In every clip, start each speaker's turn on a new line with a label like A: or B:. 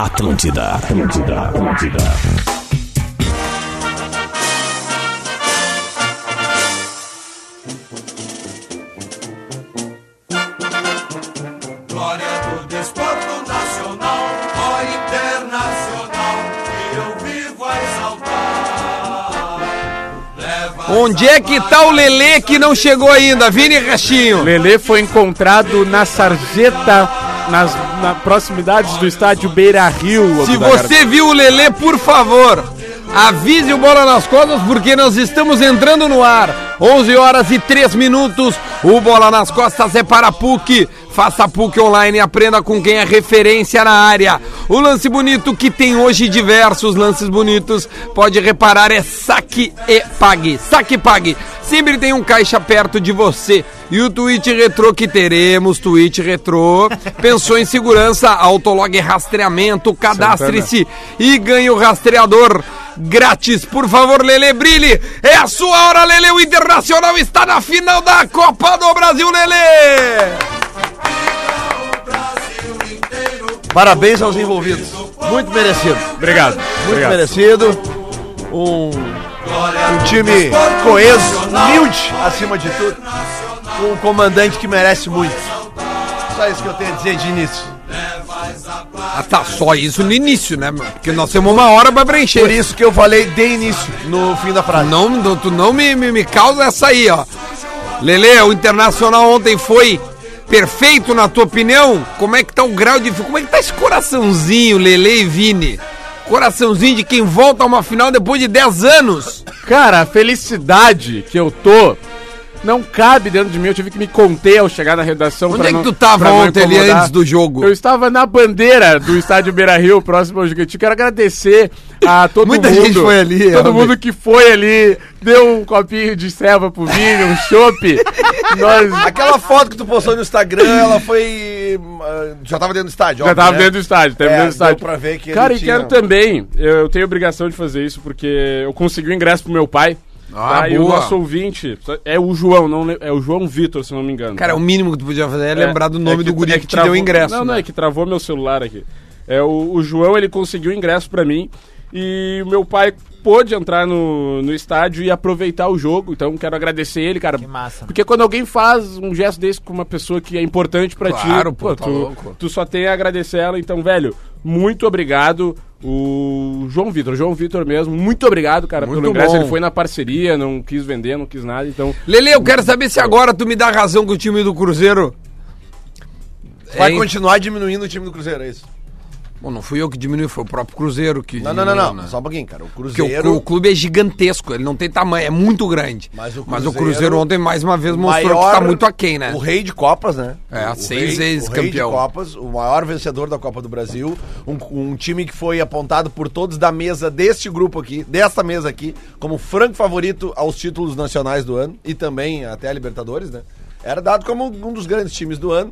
A: Atlântida, Atlântida, Atlântida.
B: Glória do desporto nacional, ó internacional, que eu vivo a exaltar. Leva
C: Onde é que tá o Lelê que não chegou ainda? Vini Restinho.
D: Lele foi encontrado na sarjeta, nas na proximidades do estádio Beira Rio.
C: Se você viu o Lelê, por favor, avise o Bola nas Costas, porque nós estamos entrando no ar. 11 horas e 3 minutos. O Bola nas Costas é para a PUC. Faça a PUC online e aprenda com quem é referência na área. O lance bonito que tem hoje diversos lances bonitos. Pode reparar, é saque e pague. Saque e pague. Sempre tem um caixa perto de você. E o tweet retrô que teremos, tweet retrô. Pensou em segurança, autolog rastreamento, cadastre-se e ganhe o rastreador grátis. Por favor, Lele Brilhe. É a sua hora, Lele. O Internacional está na final da Copa do Brasil, Lele.
B: o Brasil inteiro,
E: Parabéns aos envolvidos. Muito merecido.
D: Obrigado.
E: Muito
D: Obrigado.
E: merecido. Um, um
B: glória do
E: time
B: desporto
E: coeso,
B: nacional,
E: humilde, acima de tudo. Um comandante que merece muito. Só isso que eu tenho a dizer de início.
B: leva exaltar.
C: Ah, tá só isso no início, né, meu? Porque nós temos uma hora pra preencher.
E: Por isso que eu falei de início no fim da frase.
C: Não, não- tu não me, me, me causa essa aí, ó. Lele, o Internacional ontem foi perfeito na tua opinião? Como é que tá o grau de... Como é que tá esse coraçãozinho, Lele e Vini? Coraçãozinho de quem volta a uma final depois de 10 anos.
D: Cara, a felicidade que eu tô não cabe dentro de mim. Eu tive que me conter ao chegar na redação.
C: Onde
D: pra
C: é que
D: não-
C: tu tava
D: pra não
C: ontem ali
D: incomodar.
C: antes do jogo?
D: Eu estava na bandeira do estádio Beira Rio, próximo ao Gigantinho. Quero agradecer a todo
C: Muita
D: mundo.
C: gente foi ali,
D: Todo
C: realmente.
D: mundo que foi ali, deu um copinho de ceva pro Vini, um chopp. Nós
E: Aquela foto que tu postou no Instagram, ela foi. ah, Já tava dentro do estádio,
D: Já
E: óbvio,
D: tava
E: né?
D: dentro do estádio, tava
E: É,
D: dentro do
E: deu
D: estádio.
E: pra ver que ele
D: Cara, e
E: tinha-
D: quero também, eu tenho obrigação de fazer isso, porque eu consegui o ingresso pro meu pai.
C: Ah,
D: tá? E
C: boa.
D: o nosso ouvinte é o João, não le- é o João Vitor, se não me engano.
C: Cara, o mínimo que tu podia fazer é,
D: É,
C: lembrar do nome
D: é
C: do guri
D: é
C: que, te deu o ingresso.
D: Não, não,
C: né?
D: é que travou meu celular aqui. É, o, o João, ele conseguiu o ingresso pra mim e o meu pai pôde entrar no, no estádio e aproveitar o jogo. Então, quero agradecer ele, cara. Que
F: massa.
D: Porque quando alguém faz um gesto desse com uma pessoa que é importante pra ti,
C: Claro, pô, tá
D: tu,
C: louco.
D: tu só tem a agradecer ela. Então, velho, muito obrigado. O João Vitor, João Vitor mesmo, muito obrigado, cara,
C: Muito
D: pelo ingresso.
C: bom.
D: Ele foi na parceria, não quis vender, não quis nada, então...
C: Lele, eu quero saber se agora tu me dá razão que o time do Cruzeiro.
E: Vai
C: É, hein?
E: continuar diminuindo o time do Cruzeiro, é isso?
C: Bom, não fui eu que diminui, foi o próprio Cruzeiro que.
E: Não, não, não, não.
C: diminuiu, né?
E: Só um pouquinho, cara. O
C: Porque o,
E: Cruzeiro.
C: clu- o clube é gigantesco, ele não tem tamanho, é muito grande. Mas
E: Mas
C: o
E: o
C: Cruzeiro,
E: Cruzeiro-
C: ontem mais uma vez mostrou
E: maior,
C: que tá muito aquém, né?
E: O rei de Copas, né?
C: É,
E: O
C: seis
E: rei-
C: vezes
E: o rei
C: campeão.
E: de Copas, o maior vencedor da Copa do Brasil. Um, um time que foi apontado por todos da mesa deste grupo aqui, desta mesa aqui, como franco favorito aos títulos nacionais do ano e também até a Libertadores, né? Era dado como um dos grandes times do ano,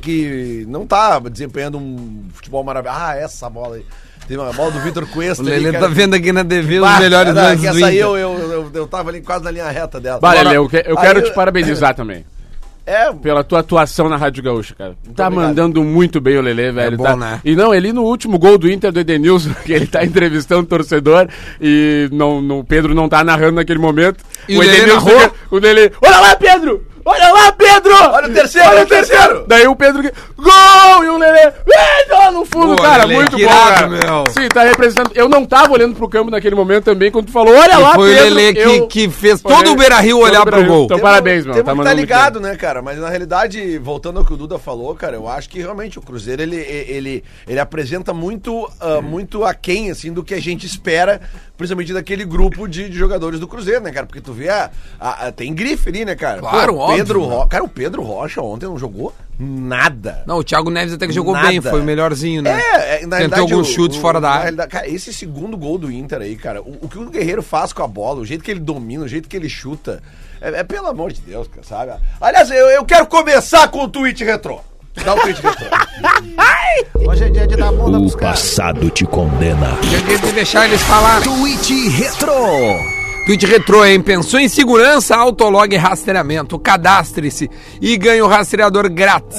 E: que não tá desempenhando um futebol maravilhoso. Ah, essa bola aí. Teve uma bola do Vitor Cuesta.
C: O
E: ali,
C: Lele
E: cara,
C: tá vendo aqui na TV os
E: bah,
C: melhores
E: era-
C: lances
E: é que
C: do
E: Essa aí
C: Inter.
E: eu, eu, eu, eu tava ali quase na linha reta dela.
D: Vale,
E: Agora-
D: Léo, eu, que- eu
E: aí
D: quero te parabenizar também.
E: É,
D: pela tua atuação na Rádio Gaúcha, cara. tá
E: obrigado.
D: mandando muito bem o Lelê, velho.
C: bom,
D: tá?
C: né?
D: E não, ele no último gol do Inter do Edenilson, que ele tá entrevistando o torcedor e não, não- o Pedro não tá narrando naquele momento.
C: E o Lelê narrou?
D: fica- o Lelê, olha lá, Pedro! Olha lá, Pedro!
E: Olha o terceiro,
D: Olha
E: olha o terceiro!
D: Daí o Pedro, que- gol! E o Lelê, "Ei, gol!" no fundo,
C: Boa,
D: cara,
C: Lelê,
D: muito
C: que
D: bom,
C: irado,
D: cara.
C: meu.
D: Sim, tá representando. Eu não tava olhando pro campo naquele momento também, quando tu falou, olha lá,
C: foi o
D: Pedro!
C: Lelê que-
D: eu-
C: que fez
D: Olhei-
C: todo o Beira-Rio
D: todo
C: olhar
D: o
C: pro
D: Beira-Rio.
C: gol.
D: Então
E: Tem-
D: parabéns, meu. Tá
E: tem muito que tá
D: mandando muito bem.
E: ligado, né, cara? Mas na realidade, voltando ao que o Duda falou, cara, eu acho que realmente o Cruzeiro ele, ele, ele apresenta muito, ah, muito aquém, assim, do que a gente espera, principalmente daquele grupo de, de jogadores do Cruzeiro, né, cara? Porque tu vê, a, a- a- tem grife ali, né, cara?
C: Claro, óbvio,
E: Pedro
C: né?
E: Ro- Cara, o Pedro Rocha ontem não jogou nada.
C: Não, o Thiago Neves até que jogou
E: Nada.
C: bem, foi o melhorzinho, né?
E: É, é, na
C: Tentou
E: realidade,
C: alguns
E: o-
C: chutes
E: o-
C: fora da
E: na
C: área.
E: realidade, Cara, esse segundo gol do Inter aí, cara, o, o que o Guerreiro faz com a bola, o jeito que ele domina, o jeito que ele chuta, é, é pelo amor de Deus, cara, sabe? Aliás, eu, eu quero começar com o tweet retrô. Dá o tweet retrô.
F: Hoje é dia de dar a bunda pros
A: O
F: caras.
A: passado te condena.
C: Tem que deixar eles falarem.
A: Tweet Retro.
C: Tweet retrô, hein? Pensou em segurança, autolog e rastreamento. Cadastre-se e ganhe o um rastreador grátis.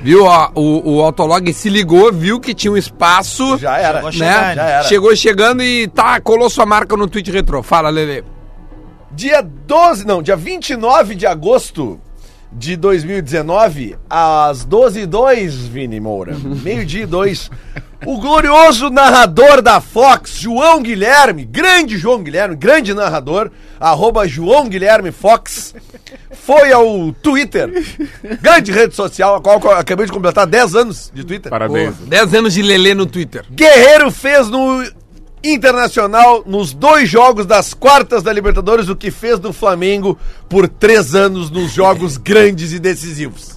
C: Viu? Ó, o, o Autolog se ligou, viu que tinha um espaço.
E: Já era.
F: Chegou
C: né?
F: a chegar,
E: já era.
C: Chegou chegando e tá, colou sua marca no tweet retrô. Fala, Lele.
E: Dia 12, não, dia 29 de agosto de 2019, às 12 e 2, Vini Moura, meio-dia e 2, o glorioso narrador da Fox, João Guilherme, grande João Guilherme, grande narrador, arroba João Guilherme Fox, foi ao Twitter, grande rede social, a qual eu acabei de completar 10 anos de Twitter.
D: Parabéns.
C: 10 anos de Lele no Twitter.
E: Guerreiro fez no Internacional nos dois jogos das quartas da Libertadores o que fez do Flamengo por três anos nos jogos grandes e decisivos.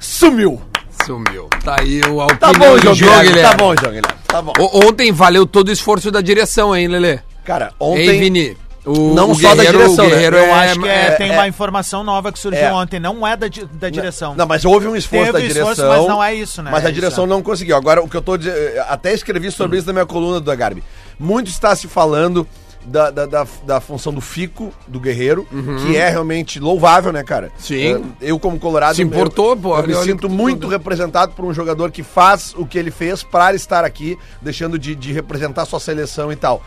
E: Sumiu.
C: Sumiu. Tá aí o a
E: Tá
C: opinião
E: bom,
C: do
E: João
C: João
E: Guilherme. Tá
C: Guilherme.
E: bom, João Guilherme. Tá bom.
C: O- ontem valeu todo o esforço da direção, hein, Lele?
E: Cara,
C: Hein,
E: ontem...
C: Vini? O,
E: Não
C: o
E: só da
C: Guerreiro-
E: direção,
C: o
E: né?
C: Guerreiro
E: Eu
C: é,
E: É,
F: Acho que é-
E: é-
F: tem uma informação nova que surgiu
E: é.
F: ontem. Não é da, di- da direção.
E: Não, mas houve um esforço da
F: Teve o
E: direção.
F: esforço, mas não é isso, né?
E: Mas a
F: É isso,
E: direção
F: é.
E: não conseguiu. Agora, o que eu tô dizendo. Até escrevi
C: Hum.
E: sobre isso na minha coluna do Garbi. Muito está se falando da, da, da, da função do Fico, do Guerreiro, que é realmente louvável, né, cara?
C: Uhum. Sim.
E: É, Eu, como Colorado.
C: Se importou,
E: eu,
C: pô,
E: Eu me
C: olha, olha
E: sinto
C: tudo.
E: muito representado por um jogador que faz o que ele fez para estar aqui, deixando de, de representar sua seleção e tal.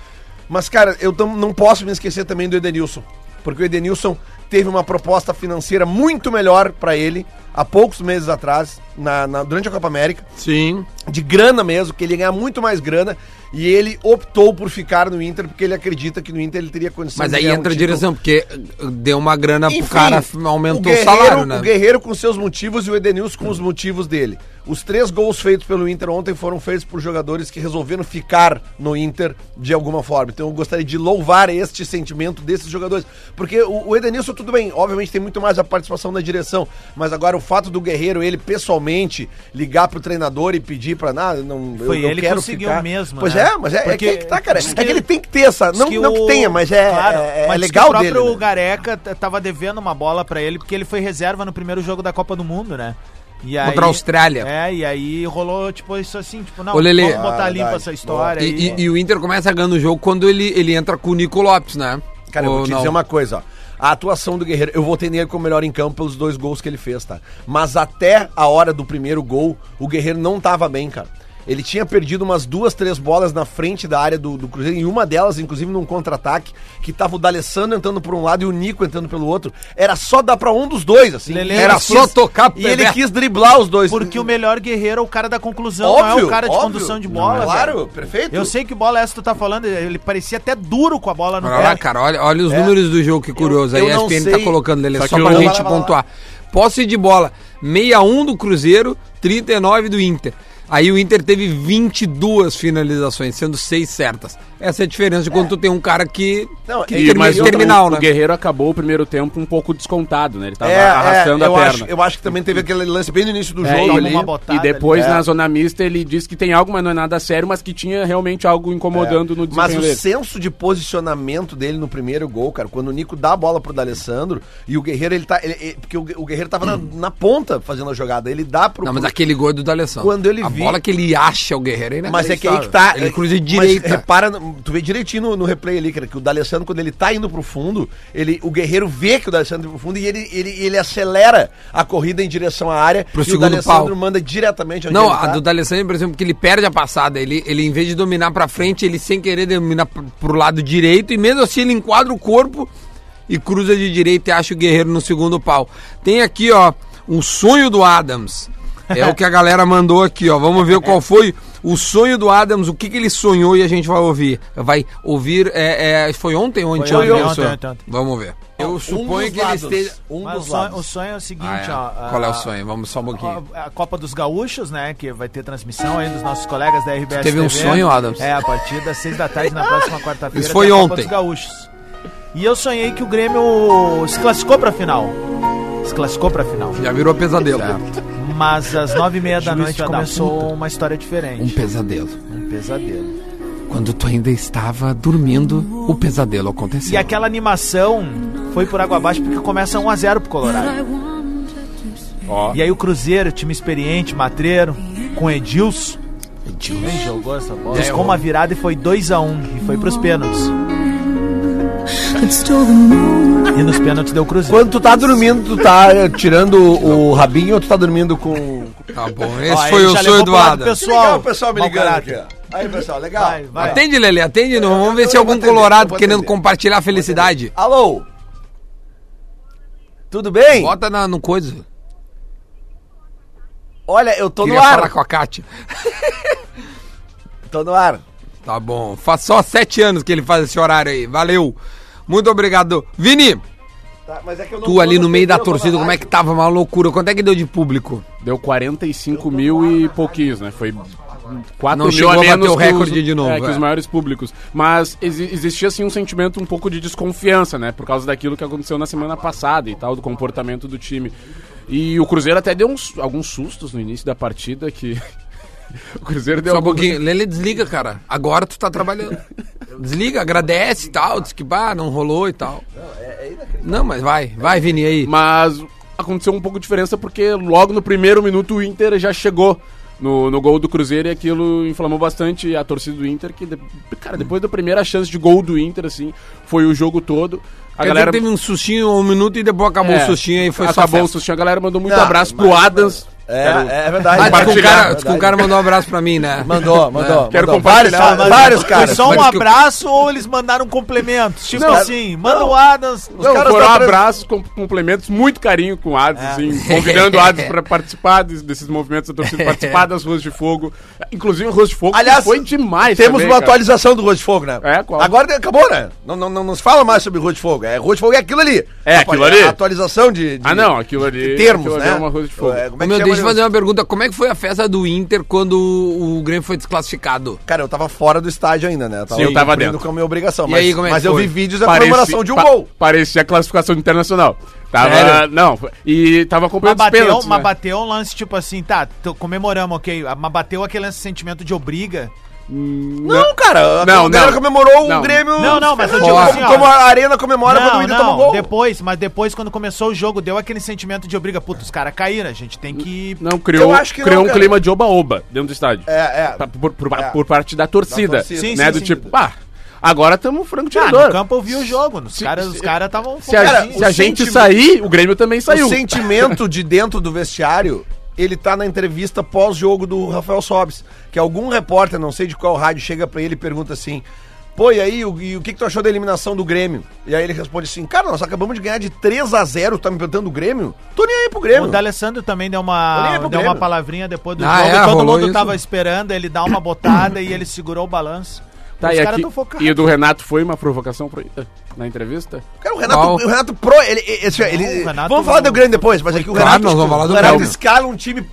E: Mas, cara, eu tam- não posso me esquecer também do Edenilson. Porque o Edenilson teve uma proposta financeira muito melhor para ele há poucos meses atrás, na- na- durante a Copa América
C: Sim.
E: de grana mesmo, que ele ia ganhar muito mais grana, e ele optou por ficar no Inter, porque ele acredita que no Inter ele teria condição
C: Mas
E: de
C: aí
E: ganhar um
C: entra a
E: título.
C: direção, porque uh, deu uma grana
E: Enfim,
C: pro cara, f- aumentou o,
E: Guerreiro-
C: salário, né?
E: O Guerreiro com seus motivos e o Edenilson com os motivos dele. Os três gols feitos pelo Inter ontem foram feitos por jogadores que resolveram ficar no Inter de alguma forma. Então eu gostaria de louvar este sentimento desses jogadores. Porque o, o Edenilson, tudo bem, obviamente tem muito mais a participação da direção, mas agora o fato do Guerreiro, ele pessoalmente, ligar pro treinador e pedir pra nada, não,
F: Foi ele que conseguiu mesmo,
E: Pois
F: né?
E: é, mas é, é
F: Porque
E: que é que tá, cara.
F: diz
E: É
F: que-
E: que ele tem que ter essa, não que,
F: Diz
E: não que
F: o-
E: tenha, mas é,
F: Claro,
E: é, é
F: mas diz que
E: legal
F: O
E: dele.
F: próprio
E: né?
F: Gareca t- tava devendo uma bola pra ele, porque ele foi reserva no primeiro jogo da Copa do Mundo, né? E aí,
C: Contra a Austrália.
F: É, e aí rolou, tipo, isso assim, tipo, não,
C: Ô, Lelê.
F: vamos botar
E: Ah,
F: limpa
E: verdade.
F: essa história
C: E,
F: aí.
C: e- e o Inter começa ganhando o jogo quando ele, ele entra com o Nico Lopes, né?
E: Cara, eu
C: Ou
E: vou te
C: não?
E: dizer uma coisa, ó. A atuação do Guerreiro, eu votei nele como melhor em campo pelos dois gols que ele fez, tá? Mas até a hora do primeiro gol, o Guerreiro não tava bem, cara. Ele tinha perdido umas duas, três bolas na frente da área do, do Cruzeiro, e uma delas, inclusive, num contra-ataque, que tava o D'Alessandro entrando por um lado e o Nico entrando pelo outro. Era só dar pra um dos dois, assim.
F: Lele,
E: Era
F: ele
E: só
C: quis-
E: tocar
C: pro
E: E ele
C: Bebeto.
E: quis driblar os dois.
F: Porque o melhor guerreiro é o cara da conclusão, não é
E: óbvio,
F: o cara de
E: óbvio.
F: condução de bola.
E: Claro,
F: velho.
E: perfeito.
F: Eu sei que bola essa tu tá falando, ele parecia até duro com a bola no
C: Olha lá,
F: pé.
C: cara, olha, olha os números do jogo, que curioso.
E: É. eu
C: aí a
E: não
C: ESPN tá
E: sei.
C: colocando, Lelê,
E: Só
C: só,
E: que
C: pra
E: eu-
C: gente
E: Vai lá, vai lá.
C: pontuar. Posse de bola, 61 do Cruzeiro, 39 do Inter. Aí o Inter teve 22 finalizações, sendo 6 certas. Essa é a diferença de quando tu tem um cara que,
E: Não, é
C: que
E: e-
C: termina
E: mas
C: em
E: o-
C: terminal,
D: o,
C: né?
D: o Guerreiro acabou o primeiro tempo um pouco descontado, né? Ele tava
E: É,
D: arrastando
E: é,
D: a
E: eu,
D: perna.
E: acho, eu acho que também teve aquele lance bem no início do
D: É,
E: jogo
D: e,
E: ali.
F: uma botada
D: e depois
E: ali.
D: na
E: É.
D: zona mista ele diz que tem algo, mas não é nada sério, mas que tinha realmente algo incomodando no desempenho
E: É. Mas o
D: dele.
E: senso de posicionamento dele no primeiro gol, cara, quando o Nico dá a bola pro D'Alessandro e o Guerreiro, ele tá. ele- ele- porque o, Gue- o Guerreiro tava na, na ponta fazendo a jogada. Ele dá pro.
C: Não, mas aquele gol é do D'Alessandro.
E: Quando ele
C: a
E: vi-
C: bola que ele acha o Guerreiro, ele
E: Mas é que aí que tá.
C: Ele cruza de
E: mas
C: direita.
E: repara, no- tu vê direitinho no, no replay ali, cara, que o D'Alessandro, quando ele tá indo pro fundo, ele, o Guerreiro vê que o D'Alessandro indo pro fundo e ele, ele, ele acelera a corrida em direção à área.
C: Pro
E: e
C: segundo
E: o D'Alessandro
C: pau.
E: manda diretamente onde
C: Não,
E: ele
C: a
E: tá.
C: do D'Alessandro, por exemplo, que ele perde a passada. Ele, ele, em vez de dominar pra frente, ele sem querer domina pro pro lado direito. E mesmo assim, ele enquadra o corpo e cruza de direita e acha o Guerreiro no segundo pau. Tem aqui, ó, um sonho do Adams. É o que a galera mandou aqui, ó. Vamos ver qual foi o sonho do Adams, o que, que ele sonhou e a gente vai ouvir. Vai ouvir. É, é, foi ontem ou ontem?
F: ontem,
C: isso?
F: ontem, ontem, ontem.
C: Vamos ver. Eu suponho
E: um dos
C: que ele
E: lados,
C: esteja.
E: Um
F: Mas o
E: dos
F: sonho,
E: lados.
F: o sonho é o seguinte,
C: Ah, é.
F: ó.
C: Qual é
F: a-
C: o sonho? Vamos só um pouquinho.
F: A Copa dos Gaúchos, né? Que vai ter transmissão aí dos nossos colegas da RBS.
C: Teve um
F: TV.
C: sonho, Adams?
F: É, a partir das seis da tarde na próxima quarta-feira.
C: Isso foi
F: tem a
C: ontem.
F: Copa dos Gaúchos. E eu sonhei que o Grêmio se classificou pra final. Se classificou pra final.
C: Já virou pesadelo.
F: Mas às nove e meia da
C: Juiz
F: noite
C: filha da puta.
F: começou uma história
C: Um
F: diferente.
C: pesadelo.
F: Um pesadelo.
C: Quando tu ainda estava dormindo, o pesadelo aconteceu.
F: E aquela animação foi por água abaixo porque começa 1 a 0 pro Colorado. E aí o Cruzeiro, time experiente, matreiro, com Edilson, nem jogou essa bola. Buscou uma um, virada e foi 2 a 1 e foi pros pênaltis.
G: It's still the moon.
F: E nos pênaltis deu Cruzeiro.
E: Quando tu tá dormindo, tu tá eh, tirando o rabinho ou tu tá dormindo com.
C: Tá bom, esse
F: Ó,
C: foi
F: ele
C: o
F: já
C: sonho
F: levou
C: do
F: pro lado
C: Adam.
E: Que legal,
F: Pessoal,
E: o pessoal me
F: mau
E: ligando aqui,
F: caráter.
E: ó. Aí, pessoal, legal.
F: Vai, vai.
C: Atende, Lele, atende. Nós vamos ver
E: eu
C: se
E: vou
C: algum
E: atender, eu
C: colorado
E: vou
C: querendo
E: atender.
C: compartilhar a felicidade.
E: Alô? Tudo bem?
C: Bota na, no coisa.
E: Olha, eu tô
C: Queria
E: no
C: falar
E: ar.
C: com a Kátia.
E: Tô no ar.
C: Tá bom. Faz só sete anos que ele faz esse horário aí. Valeu. Muito obrigado. Vini,
E: Tá, mas é que eu não
C: tu
E: tô
C: ali no meio da
E: eu tô na
C: torcida, como é
E: rádio.
C: que tava? Uma loucura. Quanto é que deu de público?
D: Deu 45 mil e pouquinhos, né? Foi 4
C: Não
D: mil
C: chegou
D: a
C: a bater
D: menos
C: o
D: que
C: recorde
D: os,
C: de novo,
D: É, que
C: é.
D: os maiores públicos. Mas exi- existia, assim, um sentimento um pouco de desconfiança, né? Por causa daquilo que aconteceu na semana passada e tal, do comportamento do time. E o Cruzeiro até deu uns, alguns sustos no início da partida que... o Cruzeiro deu
C: Só um
D: algum-
C: pouquinho. Lele, desliga, cara. Agora tu tá trabalhando. Desliga, agradece e tal. Diz que, bah, não rolou e tal. Não, mas vai. Vai, Vini, aí.
D: Mas aconteceu um pouco de diferença porque logo no primeiro minuto o Inter já chegou no, no gol do Cruzeiro e aquilo inflamou bastante a torcida do Inter, que, de- cara, depois da primeira chance de gol do Inter, assim, foi o jogo todo. A
C: Quer
D: galera
C: dizer que teve um sustinho, um minuto e depois acabou o
D: É,
C: sustinho aí foi
D: acabou o
C: só festa.
D: sustinho, a galera mandou muito
E: Não,
D: abraço
E: mas-
D: pro Adams.
E: É,
D: Quero-
E: é
C: Ah, diz
E: verdade.
C: que o
D: Compartilhar,
C: cara- diz que o cara mandou um abraço pra mim, né?
E: Mandou, mandou.
D: Quero
E: mandou.
D: compartilhar,
E: Vários,
D: mas-
E: vários
F: Foi
E: caras.
F: só um
C: mas que eu-
F: abraço ou eles mandaram complementos? Tipo
E: Não,
F: assim, manda
E: não.
F: o Adams.
D: Não,
E: caras
D: foram
E: da Ah. trans-
D: abraços, com complementos, muito carinho com o Hades, assim, convidando o Hades para participar des- desses movimentos da torcida, participar das Ruas de Fogo. Inclusive, o Ruas de Fogo que
E: Aliás,
D: foi demais.
E: Temos
D: também,
E: uma
D: cara.
E: atualização do Rua de Fogo, né?
D: É, qual?
E: Agora tem- acabou, né? Não, não, não, não se fala mais sobre Rua de Fogo. É, Rua de Fogo é aquilo ali.
D: É,
E: A-
D: aquilo
E: a-
D: ali.
E: A atualização de, de-
D: Ah, não, aquilo ali.
E: de termos,
D: aquilo ali
E: né?
D: é uma Ruas de Fogo.
E: É, como é que
C: Meu,
E: chama
C: deixa eu
E: ali?
C: fazer uma pergunta. Como é que foi a festa do Inter quando o Grêmio foi desclassificado?
E: Cara, eu tava fora do estádio ainda, né? Eu tava,
D: Sim, eu tava
E: cumprindo
D: dentro.
E: com a minha obrigação.
C: E
E: mas
C: aí, como é que
E: mas eu
C: foi?
E: vi vídeos da
D: Parece-
E: comemoração de um
D: pa-
E: gol.
D: Parecia a classificação do internacional. Tava.
C: Sério?
D: Não, foi- e tava
F: Mas
D: acompanhando os
F: bateu,
D: pênaltis.
F: mas
D: né?
F: bateu um lance tipo assim, tá, tô- comemoramos, ok. Ah, Mas bateu aquele lance, sentimento de obriga.
E: Não, cara. A
D: Não,
E: galera
D: não.
E: comemorou
D: Não.
E: o Grêmio.
F: Não, não, mas eu
E: como,
F: digo assim, ó.
E: como a Arena comemora quando o
F: Não,
E: Inter toma um
F: não,
E: gol.
F: depois, mas depois quando começou o jogo, deu aquele sentimento de obriga. Puta, os caras caíram, a gente tem que...
D: Não, criou,
E: Eu acho que
D: criou
E: não,
D: um
E: cara.
D: clima de oba-oba dentro do estádio.
E: É, é.
D: Pra- Por, por-
E: É.
D: por parte da torcida.
E: Da torcida. Sim,
D: né?
F: sim,
D: do
F: sim.
D: tipo, pá, agora estamos frango
F: Ah,
D: tirador.
F: no campo eu vi o jogo, os
D: Se-
F: caras
D: se-
F: estavam...
D: Se a,
E: Cara,
D: se
E: o
D: a gente
E: sentimento-
D: sair, o Grêmio também saiu.
E: O sentimento de dentro do vestiário, ele tá na entrevista pós-jogo do Rafael Sobes, que algum repórter, não sei de qual rádio, chega pra ele e pergunta assim: Pô, e aí, o, e o que, que tu achou da eliminação do Grêmio? E aí ele responde assim: Cara, nós acabamos de ganhar de 3 a 0 tá me perguntando o Grêmio? Tô nem aí pro Grêmio.
F: O D'Alessandro também deu
E: Olha aí
F: uma,
E: pro
F: deu uma
E: Grêmio.
F: palavrinha depois do
C: Ah,
F: jogo.
C: é,
F: todo
C: rolou
F: mundo
C: isso.
F: tava esperando ele dar uma botada e ele segurou o balanço.
D: Tá,
F: Os
D: e,
F: caras
D: aqui,
F: tão focados.
D: e o do Renato foi uma provocação pro, na entrevista?
E: Cara, o Renato,
C: Qual?
E: o Renato pro. Ele, ele- ele-
F: o Renato
E: vamos falar
F: não-
E: do Grêmio depois, mas aqui o
C: Claro,
E: Renato.
C: nós vamos falar do
E: o Renato
C: Grêmio.
E: escala um time.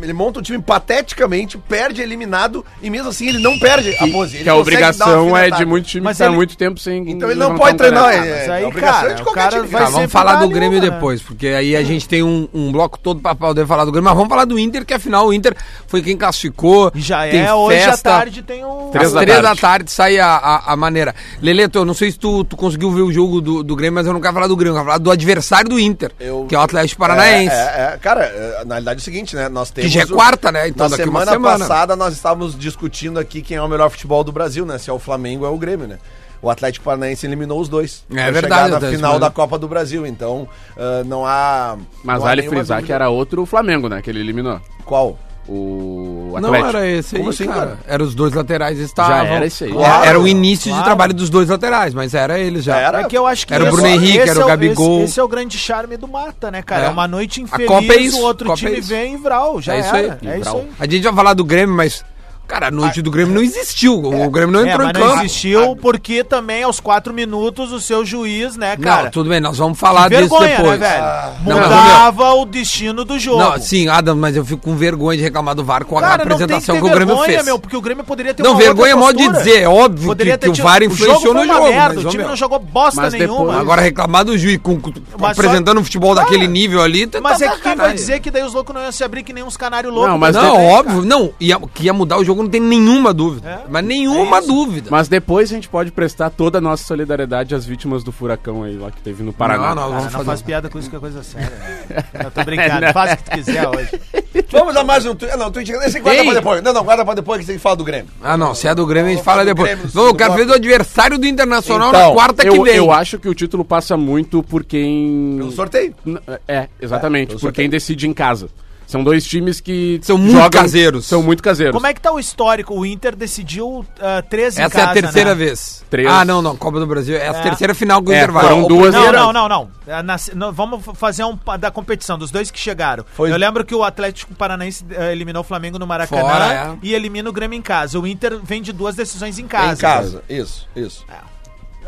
E: Ele monta um time pateticamente, perde eliminado, e mesmo assim ele não perde a pose. Ele
D: que a
E: consegue dar
D: obrigação
E: uma
D: é de
E: afinetada.
D: muito time
F: Mas
D: que tá há
F: ele-
D: muito tempo sem.
E: Então ele não
D: levantar
E: pode
D: um
E: treinar.
D: caneco.
E: é-
F: mas
E: é
F: aí,
E: obrigação
F: cara, o cara
E: time,
F: vai
E: cara.
C: Tá, vamos
F: sempre
C: falar do
F: vale
C: Grêmio
F: uma, né?
C: depois, porque aí a gente tem um, um bloco todo pra poder falar do Grêmio, mas vamos falar do Inter, que afinal o Inter foi quem classificou.
F: E já
C: tem
F: é, hoje
C: festa.
F: à tarde tem um o...
D: Três
C: Às
D: da
C: três da
D: tarde.
C: tarde sai a, a, a maneira. Leleto, eu não sei se tu, tu conseguiu ver o jogo do, do Grêmio, mas eu não quero falar do Grêmio, eu quero falar do adversário do Inter,
E: Eu-
C: que é o Atlético Paranaense.
E: É, é, é. Cara, é, na realidade é o seguinte, né? Nós temos.
C: já é
E: o-
C: quarta, né? Então,
E: na
C: daqui uma
E: semana,
C: semana.
E: passada nós estávamos discutindo aqui quem é o melhor futebol do Brasil, né? Se é o Flamengo ou é o Grêmio, né? O Atlético Paranaense eliminou os dois.
C: É
E: pra
C: verdade,
E: chegar na
C: Atlético
E: final da
C: Paranaense.
E: Copa do Brasil. Então, ah, não há.
D: Mas
E: não há
D: vale
E: nenhuma
D: frisar
E: dúvida.
D: que era outro Flamengo, né? Que ele eliminou.
E: Qual?
D: O
C: Não
D: Atlético.
C: era esse aí,
E: Como assim,
C: cara.
E: cara?
C: Era os dois laterais estavam.
D: Já era esse aí.
C: É,
E: Claro,
C: era o início de
F: claro.
C: trabalho dos dois laterais, mas era eles já.
E: Era.
F: É que eu acho que
C: Era o
F: esse-
C: Bruno Henrique,
F: esse
C: era
F: é
C: o Gabigol.
F: Esse, esse é o grande charme do Mata, né, cara?
C: É.
F: É, uma noite
C: A
F: infeliz,
C: Copa é isso,
F: o outro
C: Copa é
F: time
C: isso.
F: vem e vral. Já
C: É isso aí,
F: era, É isso aí.
C: A gente vai falar do Grêmio, mas. Cara, a noite do Grêmio não existiu. O Grêmio não
F: É,
C: entrou
F: mas
C: em
F: não
C: campo.
F: existiu porque também aos quatro minutos o seu juiz, né, cara?
C: Não, tudo bem, nós vamos falar
F: Que
C: disso
F: vergonha,
C: depois. Ah.
F: né, velho?
C: Não, mas,
F: Mudava o destino do jogo.
C: Não, sim, Adam, mas eu fico com vergonha de reclamar do VAR com a
F: Cara, não tem
C: apresentação
F: ter
C: que o Grêmio
F: vergonha,
C: fez.
F: meu, porque o Grêmio poderia ter
C: Não,
F: uma
C: vergonha é
F: outra
C: modo de
F: postura.
C: dizer, é óbvio
F: Poderia
C: que-
F: ter
C: que o
F: tido-
C: VAR
F: jogo
C: influenciou
F: foi
C: no
F: uma
C: jogo,
F: merda,
C: mas,
F: o
C: ô,
F: time
C: meu.
F: não jogou bosta
D: Mas
F: nenhuma.
D: depois-
C: Agora reclamar do juiz com, com-
F: Mas só-
C: apresentando um futebol daquele nível ali. tá-
F: mas
C: tá
F: é que quem vai
C: sacanagem.
F: dizer que daí os loucos não iam se abrir que nem uns canários loucos.
D: Não, mas
C: não,
D: também,
C: óbvio, não. Ia, que ia mudar o jogo, não tem nenhuma dúvida.
F: É,
C: mas nenhuma dúvida.
D: Mas depois a gente pode prestar toda a nossa solidariedade às vítimas do furacão aí lá que teve no
C: não,
D: Paraná.
C: não,
F: Cara,
C: vamos
F: Ah, não
C: fazer.
F: faz piada com isso que é coisa séria. né? Eu tô brincando, faz o que tu quiser hoje.
E: Vamos a mais um tweet. Ah, Não, tweet. Esse guarda
C: Ei.
E: pra depois. Não, não, guarda pra depois que você fala do Grêmio.
C: Ah, não, se é do Grêmio a gente fala
E: falar do
C: depois.
E: Grêmio,
C: Não, eu
E: do
C: quero ver
E: Grêmio.
C: do adversário do Internacional na
E: Então,
C: quarta que
D: eu,
C: vem.
D: eu acho que o título passa muito por quem.
C: Hum.
E: Pelo Um sorteio.
D: N- É, exatamente,
E: É, eu
D: por quem
E: sorteio.
D: decide em casa. São dois times que.
C: São muito caseiros.
D: São muito caseiros.
F: Como é que tá o histórico? O Inter decidiu ah, três em
C: Essa é a
F: casa,
C: terceira
F: né?
C: vez.
D: Três.
C: Ah, não, não, Copa do Brasil. É a
F: É.
C: terceira final que o
D: É,
C: Inter vai.
D: foram
C: O-
D: duas
F: Não,
D: eras.
F: não, não, não. É, na se- no- vamos f- fazer um pa- da competição, dos dois que chegaram.
E: Foi-
F: Eu lembro que o Atlético Paranaense eh, eliminou o Flamengo no Maracanã
C: Fora, é.
F: e elimina o Grêmio em casa. O Inter vem de duas decisões em casa.
E: Em casa. Isso, isso.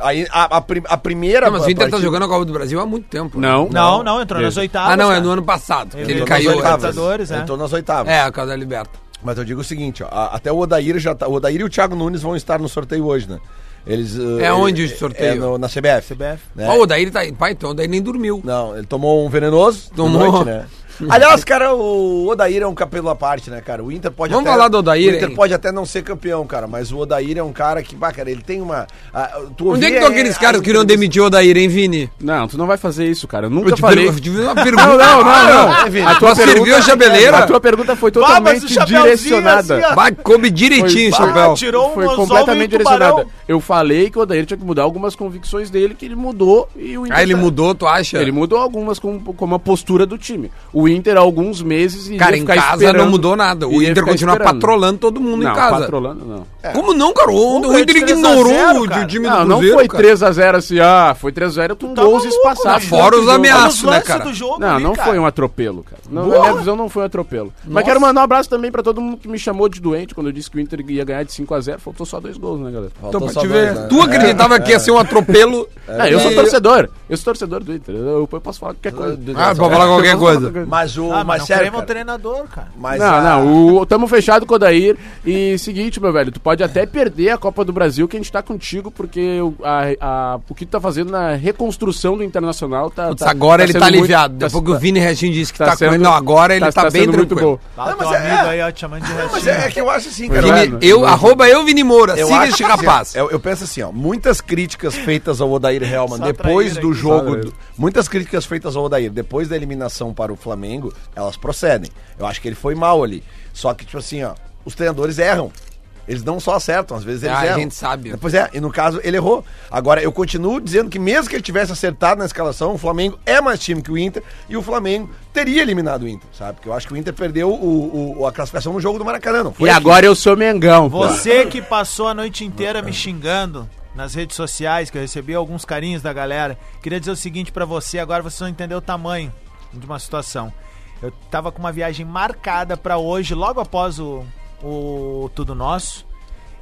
E: Aí a, a prim- a primeira.
C: É. Não, mas o Inter tá
E: partida-
C: jogando a Copa do Brasil há muito tempo. né?
D: Não.
F: Não, não, entrou nas
D: Veja.
F: oitavas.
C: Ah, não, é
F: cara.
C: no ano passado. que
F: Ele
C: ele
E: Entrou nas
C: caiu.
E: oitavas.
F: Libertadores, né?
E: Entrou nas oitavas.
C: É, a causa da Liberta.
E: Mas eu digo o seguinte, ó, a- até o Odair já tá, o Odair e o Thiago Nunes vão estar no sorteio hoje, né? Eles uh,
C: É onde
E: ele-
C: o sorteio?
E: é no- na CBF.
F: CBF.
D: É.
E: né?
C: Ó, o daí ele tá. Pai, então, o daí nem dormiu.
E: Não, ele tomou um venenoso. de
C: Tomou.
E: né? Aliás, cara, o Odair é um capelo à parte, né, cara? O Inter pode
C: Vamos
E: até,
C: falar do Odair,
E: O Inter
C: hein?
E: pode até não ser campeão, cara, mas o Odair é um cara que, bah, cara, ele tem uma. a- tu
C: Onde é que
E: ouvia,
C: estão aqueles
E: a
C: caras que queriam
E: entrevista-
C: demitir o Odair, hein, Vini?
D: Não, tu não vai fazer isso, cara. Eu nunca
C: Eu te
D: falei.
C: pergu- eu te fiz uma pergunta. Não,
D: Não, não,
E: Ah, Vini,
D: não. A tua
C: tu serviu
D: pergunta,
C: a chapeleira?
D: A tua pergunta foi
F: Bah, mas
D: totalmente
F: o chapeuzinho
C: é
D: direcionada.
F: assim, ó.
C: Vai, coube direitinho,
D: Foi-
C: chapéu.
F: Ah, tirou um
D: foi
F: anzol
D: completamente
F: e um tubarão.
D: direcionada. Eu falei que o Odair tinha que mudar algumas convicções dele, que ele mudou e o Inter
C: Ah, ele
D: tá-
C: mudou, tu acha?
D: Ele mudou algumas com, com a postura do time. O Inter, há alguns meses, iria
C: Cara, em
D: ficar
C: casa
D: esperando-
C: não mudou nada. O
D: iria
C: Inter
D: ficar
C: continua
D: esperando.
C: patrolando todo mundo
D: não,
C: em casa.
D: patrolando, não.
C: Como não, cara? O, o
F: ganhou
C: Inter
F: de 3 a
C: ignorou
F: 0,
C: o
F: cara.
C: de- time
D: Não,
C: do
D: não
C: Cruzeiro,
D: foi
C: cara.
D: 3x0 assim, ah, foi 3x0 com
F: Tá
D: gols
F: maluco,
D: espaçados.
F: né?
C: Fora os
D: Não,
C: ameaços.
F: Olha os
C: né,
F: lances
C: cara?
F: do jogo
D: Não,
F: ali,
D: não
F: cara. Ah,
D: foi um atropelo, cara. Não, na minha visão não foi um atropelo. Mas quero mandar um abraço também pra todo mundo que me chamou de doente quando eu disse que o Inter ia ganhar de 5x0. Faltou só dois gols, né, galera?
C: Então, pra
E: só
C: te
E: dois,
C: ver,
E: né?
C: Tu acreditava que ia ser um atropelo?
D: Não, É, eu sou
C: E-
D: torcedor. Eu sou torcedor do Inter. Eu, eu posso falar qualquer coisa.
C: É. Ah, pra falar qualquer coisa.
E: Mas o.
F: Ah, mas,
E: mas
F: não
E: sério,
F: queremos o
E: cara,
F: treinador, cara.
E: mas
D: não,
E: a-
D: não, o, tamo fechado com o Odair. E seguinte, meu velho, tu pode até perder a Copa do Brasil que a gente tá contigo, porque o, a- a- o que tu tá fazendo na reconstrução do Internacional tá.
C: Putz,
D: tá-
C: agora
D: tá
C: ele
D: sendo
C: tá
D: muito-
C: aliviado.
D: tá-
C: Depois que o
D: tá-
C: Vini Regin disse que tá,
D: tá
C: com
D: sendo-
C: ele. Não, agora ele tá, bem
D: sendo muito
C: tranquilo.
F: Tá,
E: Não,
F: teu
E: mas é-
F: amigo aí, ó, te chamando de
E: Não, mas
F: ratinho.
E: é que eu acho assim, cara.
D: Pois
E: eu
D: é,
E: acho-
C: Vini, eu, arroba eu, Vini Moura.
E: Eu
C: Siga
E: acho
C: este
E: que, assim,
C: rapaz.
E: Eu, eu penso assim, ó, muitas críticas feitas ao Odair Helman
F: Só
E: depois
F: traíra
E: do
F: aqui.
E: jogo, do- muitas críticas feitas ao Odair depois da eliminação para o Flamengo, elas procedem. Eu acho que ele foi mal ali. Só que tipo assim, ó, os treinadores erram. Eles não só acertam, às vezes eles
C: Ah, a
E: erram.
C: gente sabe.
E: Pois é, e no caso ele errou. Agora eu continuo dizendo que mesmo que ele tivesse acertado na escalação, o Flamengo é mais time que o Inter e o Flamengo teria eliminado o Inter, sabe? Porque eu acho que o Inter perdeu o, o- a classificação no jogo do Maracanã, não foi?
D: E agora eu sou Mengão. pô.
F: Você que passou a noite inteira me xingando nas redes sociais, que eu recebi alguns carinhos da galera, queria dizer o seguinte pra você, agora você não entendeu o tamanho de uma situação. Eu tava com uma viagem marcada pra hoje, logo após o, o Tudo Nosso.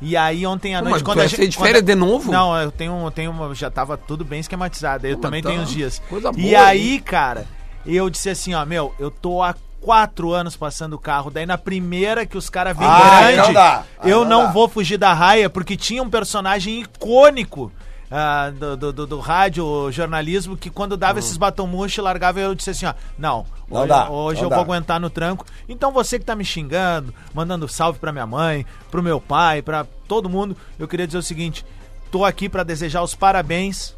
F: E aí ontem à
C: Pô,
F: noite
C: mas tu vai sair de férias de novo?
F: Não, eu tenho, eu tenho uma, já tava tudo bem esquematizado. Eu
C: Pô,
F: também
C: mas tá
F: tenho os dias.
C: coisa
F: e
C: boa,
F: aí, cara, eu disse assim, ó, meu, eu tô há quatro anos passando o carro, daí na primeira que os caras vêm
E: Ah,
F: grande,
C: então
E: não dá. Ah,
F: eu
E: não
F: não,
E: dá.
F: vou fugir da raia, porque tinha um personagem icônico ah, do, do, do- do rádio, jornalismo, que quando dava esses batom murcho, largava eu disse assim, ó, não,
E: Hum. Não
F: hoje,
E: dá,
F: hoje
E: não
F: eu
E: dá.
F: vou aguentar no tranco. Então você que tá me xingando, mandando salve pra minha mãe, pro meu pai, pra todo mundo, eu queria dizer o seguinte, tô aqui pra desejar os parabéns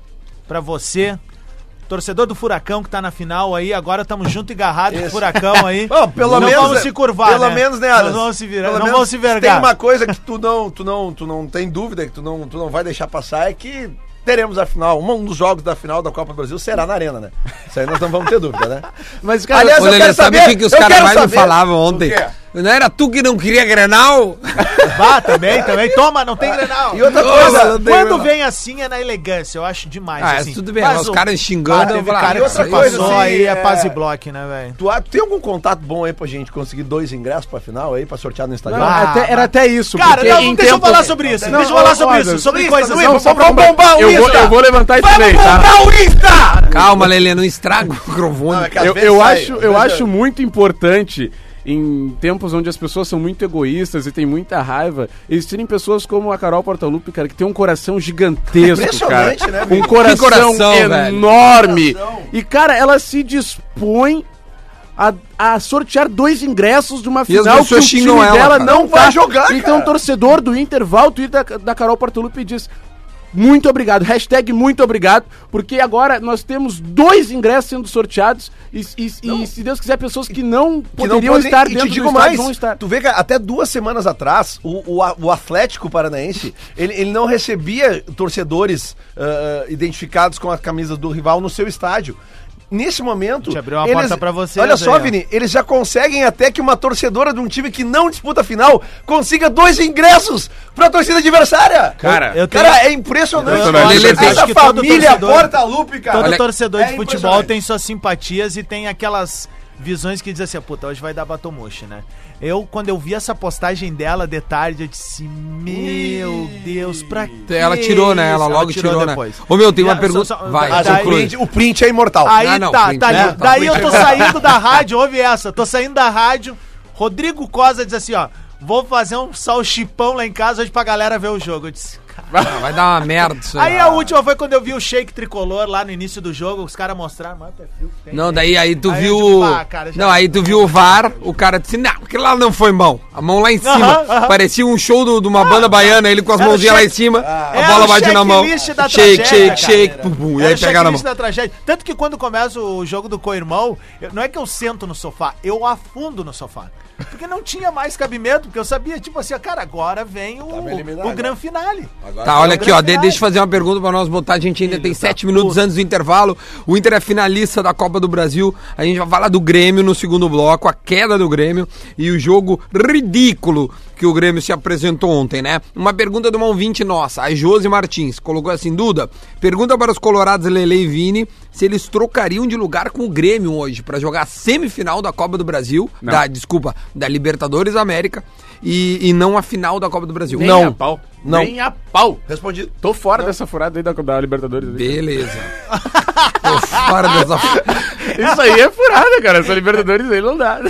F: pra você, Torcedor do Furacão que tá na final aí, agora tamo junto e garrado com o Furacão aí.
E: Bom, pelo
F: não
E: menos.
F: vamos se curvar,
E: Pelo
F: né?
E: menos, né, Aras?
F: Não vamos se virar,
E: Pelo
F: não
E: menos
F: vamos se vergar.
E: Tem uma coisa que tu não, tu não, tu não tem dúvida, que tu não, tu não vai deixar passar, é que teremos a final. Um dos jogos da final da Copa do Brasil será na Arena, né? Isso aí nós não vamos ter dúvida, né?
D: Mas, cara,
E: Aliás,
C: Ô, Lelê, sabe o que, que os
E: eu
C: caras
E: quero
C: mais me
E: saber.
C: falavam
E: O
C: ontem?
E: quê?
C: Não era tu que não queria Grenal?
F: Vá, também, também. Toma, não tem Grenal.
E: E outra
C: Ô,
E: coisa,
C: Alan,
E: não tem
F: Quando
E: Grenal.
F: vem assim é na elegância, eu acho demais.
C: Ah,
F: assim.
C: tudo bem,
F: Mas
C: os
F: o-
C: caras xingando,
F: Ah,
C: eu
F: teve
C: vou lá,
F: cara
E: e
F: que
E: outra
F: se
E: coisa,
F: passou
E: assim,
F: aí é
E: é-
F: paz e bloco, né, velho?
E: Tu, ah, tu tem algum contato bom aí pra gente conseguir dois ingressos pra final aí, pra sortear no Instagram?
D: Não,
F: Ah,
D: até- era até isso.
F: Cara,
D: porque
F: não,
D: em
F: deixa eu
D: tempo-
F: falar sobre isso.
D: Não,
F: deixa eu
D: não,
F: falar sobre
D: olha,
F: isso. Sobre
E: Insta,
F: coisas.
E: Luiz,
F: não,
E: vamos
F: sobre
E: bombar
F: bomba-
E: o
D: Eu vou,
E: Insta.
D: eu vou levantar isso daí, tá?
E: Vamos bombar o Insta!
C: Calma, Lelê, não estraga o microfone.
E: Não, é que às
D: eu,
E: vezes
D: eu
E: sai,
D: acho,
E: às
D: eu
E: vezes
D: acho muito importante em tempos onde as pessoas são muito egoístas e têm muita raiva, existirem pessoas como a Carol Portalupe, cara, que tem um coração gigantesco, cara.
E: Impressionante, né,
D: um
E: velho?
D: coração,
C: coração, velho.
D: enorme.
E: Coração.
D: E, cara, ela se dispõe a, a sortear dois ingressos de uma
C: E as
D: final que o
C: pessoas
D: time
C: xingam ela,
D: dela
C: cara.
D: não
E: Não vai
D: tá.
E: jogar,
D: Então,
E: cara.
D: torcedor do Inter, vá ao Twitter da, da Carol Portalupe e diz...
G: Muito obrigado. Hashtag muito obrigado, porque agora nós temos dois ingressos sendo sorteados e, e- e se Deus quiser, pessoas que não
E: que
G: poderiam
E: podem-
G: estar
E: e
G: dentro
E: te digo
G: do estádio
E: mais,
G: vão estar.
E: Tu vê que até duas semanas atrás, o, o, a- o Atlético Paranaense, ele, ele não recebia torcedores ah, ah, identificados com a camisa do rival no seu estádio. Nesse momento.
F: A gente abriu uma
E: eles-
F: porta pra vocês
E: Olha só,
F: aí, ó.
E: Vini, eles já conseguem até que uma torcedora de um time que não disputa a final consiga dois ingressos pra torcida adversária.
D: Cara,
F: eu tenho-
E: cara, é impressionante.
D: Impressionante. Lelê, tem-
E: Essa
F: acho que todo
E: família
F: torcedor-
E: Porta-Lupe, cara.
F: Todo
E: Olha-
F: torcedor
E: é
F: de futebol
E: impressionante.
F: tem suas simpatias e tem aquelas visões que diz assim, puta, hoje vai dar batomuxa, né? Eu, quando eu vi essa postagem dela de tarde, eu disse, meu Deus, pra que
C: Ela tirou, né? Ela
F: isso?"
C: logo tirou, né?
F: depois.
C: Ô, meu, tem
F: E
C: uma
F: a-
C: pergunta.
F: só- só-
C: Vai,
E: Mas
C: só
E: o
F: daí-
C: conclui.
E: print, o print é imortal.
F: Aí
C: Ah, não,
F: tá,
C: print,
F: tá
C: né?
F: ali.
C: Tá,
F: Daí eu
C: print.
F: tô saindo da rádio, ouve essa, tô saindo da rádio. Rodrigo Cosa diz assim, ó, vou fazer um salchipão lá em casa hoje pra galera ver o jogo. Eu disse,
C: Ah, Vai dar uma merda isso
F: Aí a última foi quando eu vi o shake tricolor lá no início do jogo, os caras mostraram, mas é frio que tem.
C: Não, daí aí tu
F: Aí
C: viu.
F: eu digo, "Pá, cara, já-
C: não, aí tu viu o VAR, o cara disse, não, porque lá não foi mão. A mão lá em cima.
F: Aham, aham.
C: Parecia um show do- de uma banda baiana, ele com as
F: Era o
C: mãozinhas lá em
F: check-
C: cima, a
F: Era
C: bola
F: o
C: bate na mão.
F: checklist da
C: Shake,
F: tragédia,
C: shake, shake, pum, pum. E
F: Era
C: aí
F: o
C: pegaram a mão.
F: checklist da tragédia. Tanto que quando começa o jogo do co-irmão, eu- não é que eu sento no sofá, eu afundo no sofá. Porque não tinha mais cabimento, porque eu sabia, tipo assim, ó, cara, agora vem o,
E: eliminado.
F: o Gran Finale.
C: Tá, olha aqui, ó. de-
F: Grande
C: deixa eu fazer uma pergunta pra nós botar. A gente ainda
D: tá
C: tem sete minutos antes do intervalo. O Inter é finalista da Copa do Brasil. A gente vai falar do Grêmio no segundo bloco, a queda do Grêmio e o jogo ridículo que o Grêmio se apresentou ontem, né? Uma pergunta de uma ouvinte nossa, a Josi Martins, colocou assim: Duda, pergunta para os colorados Lele e Vini se eles trocariam de lugar com o Grêmio hoje pra jogar a semifinal da Copa do Brasil, da, desculpa, da Libertadores América e, e não a final da Copa do Brasil.
D: Nem
E: Não.
D: a pau.
E: Não.
D: Nem a pau.
E: Respondido.
D: Tô fora dessa furada aí da, da Libertadores.
C: Beleza. Tô fora dessa.
D: Isso aí é furada, cara. Essa Libertadores aí não dá.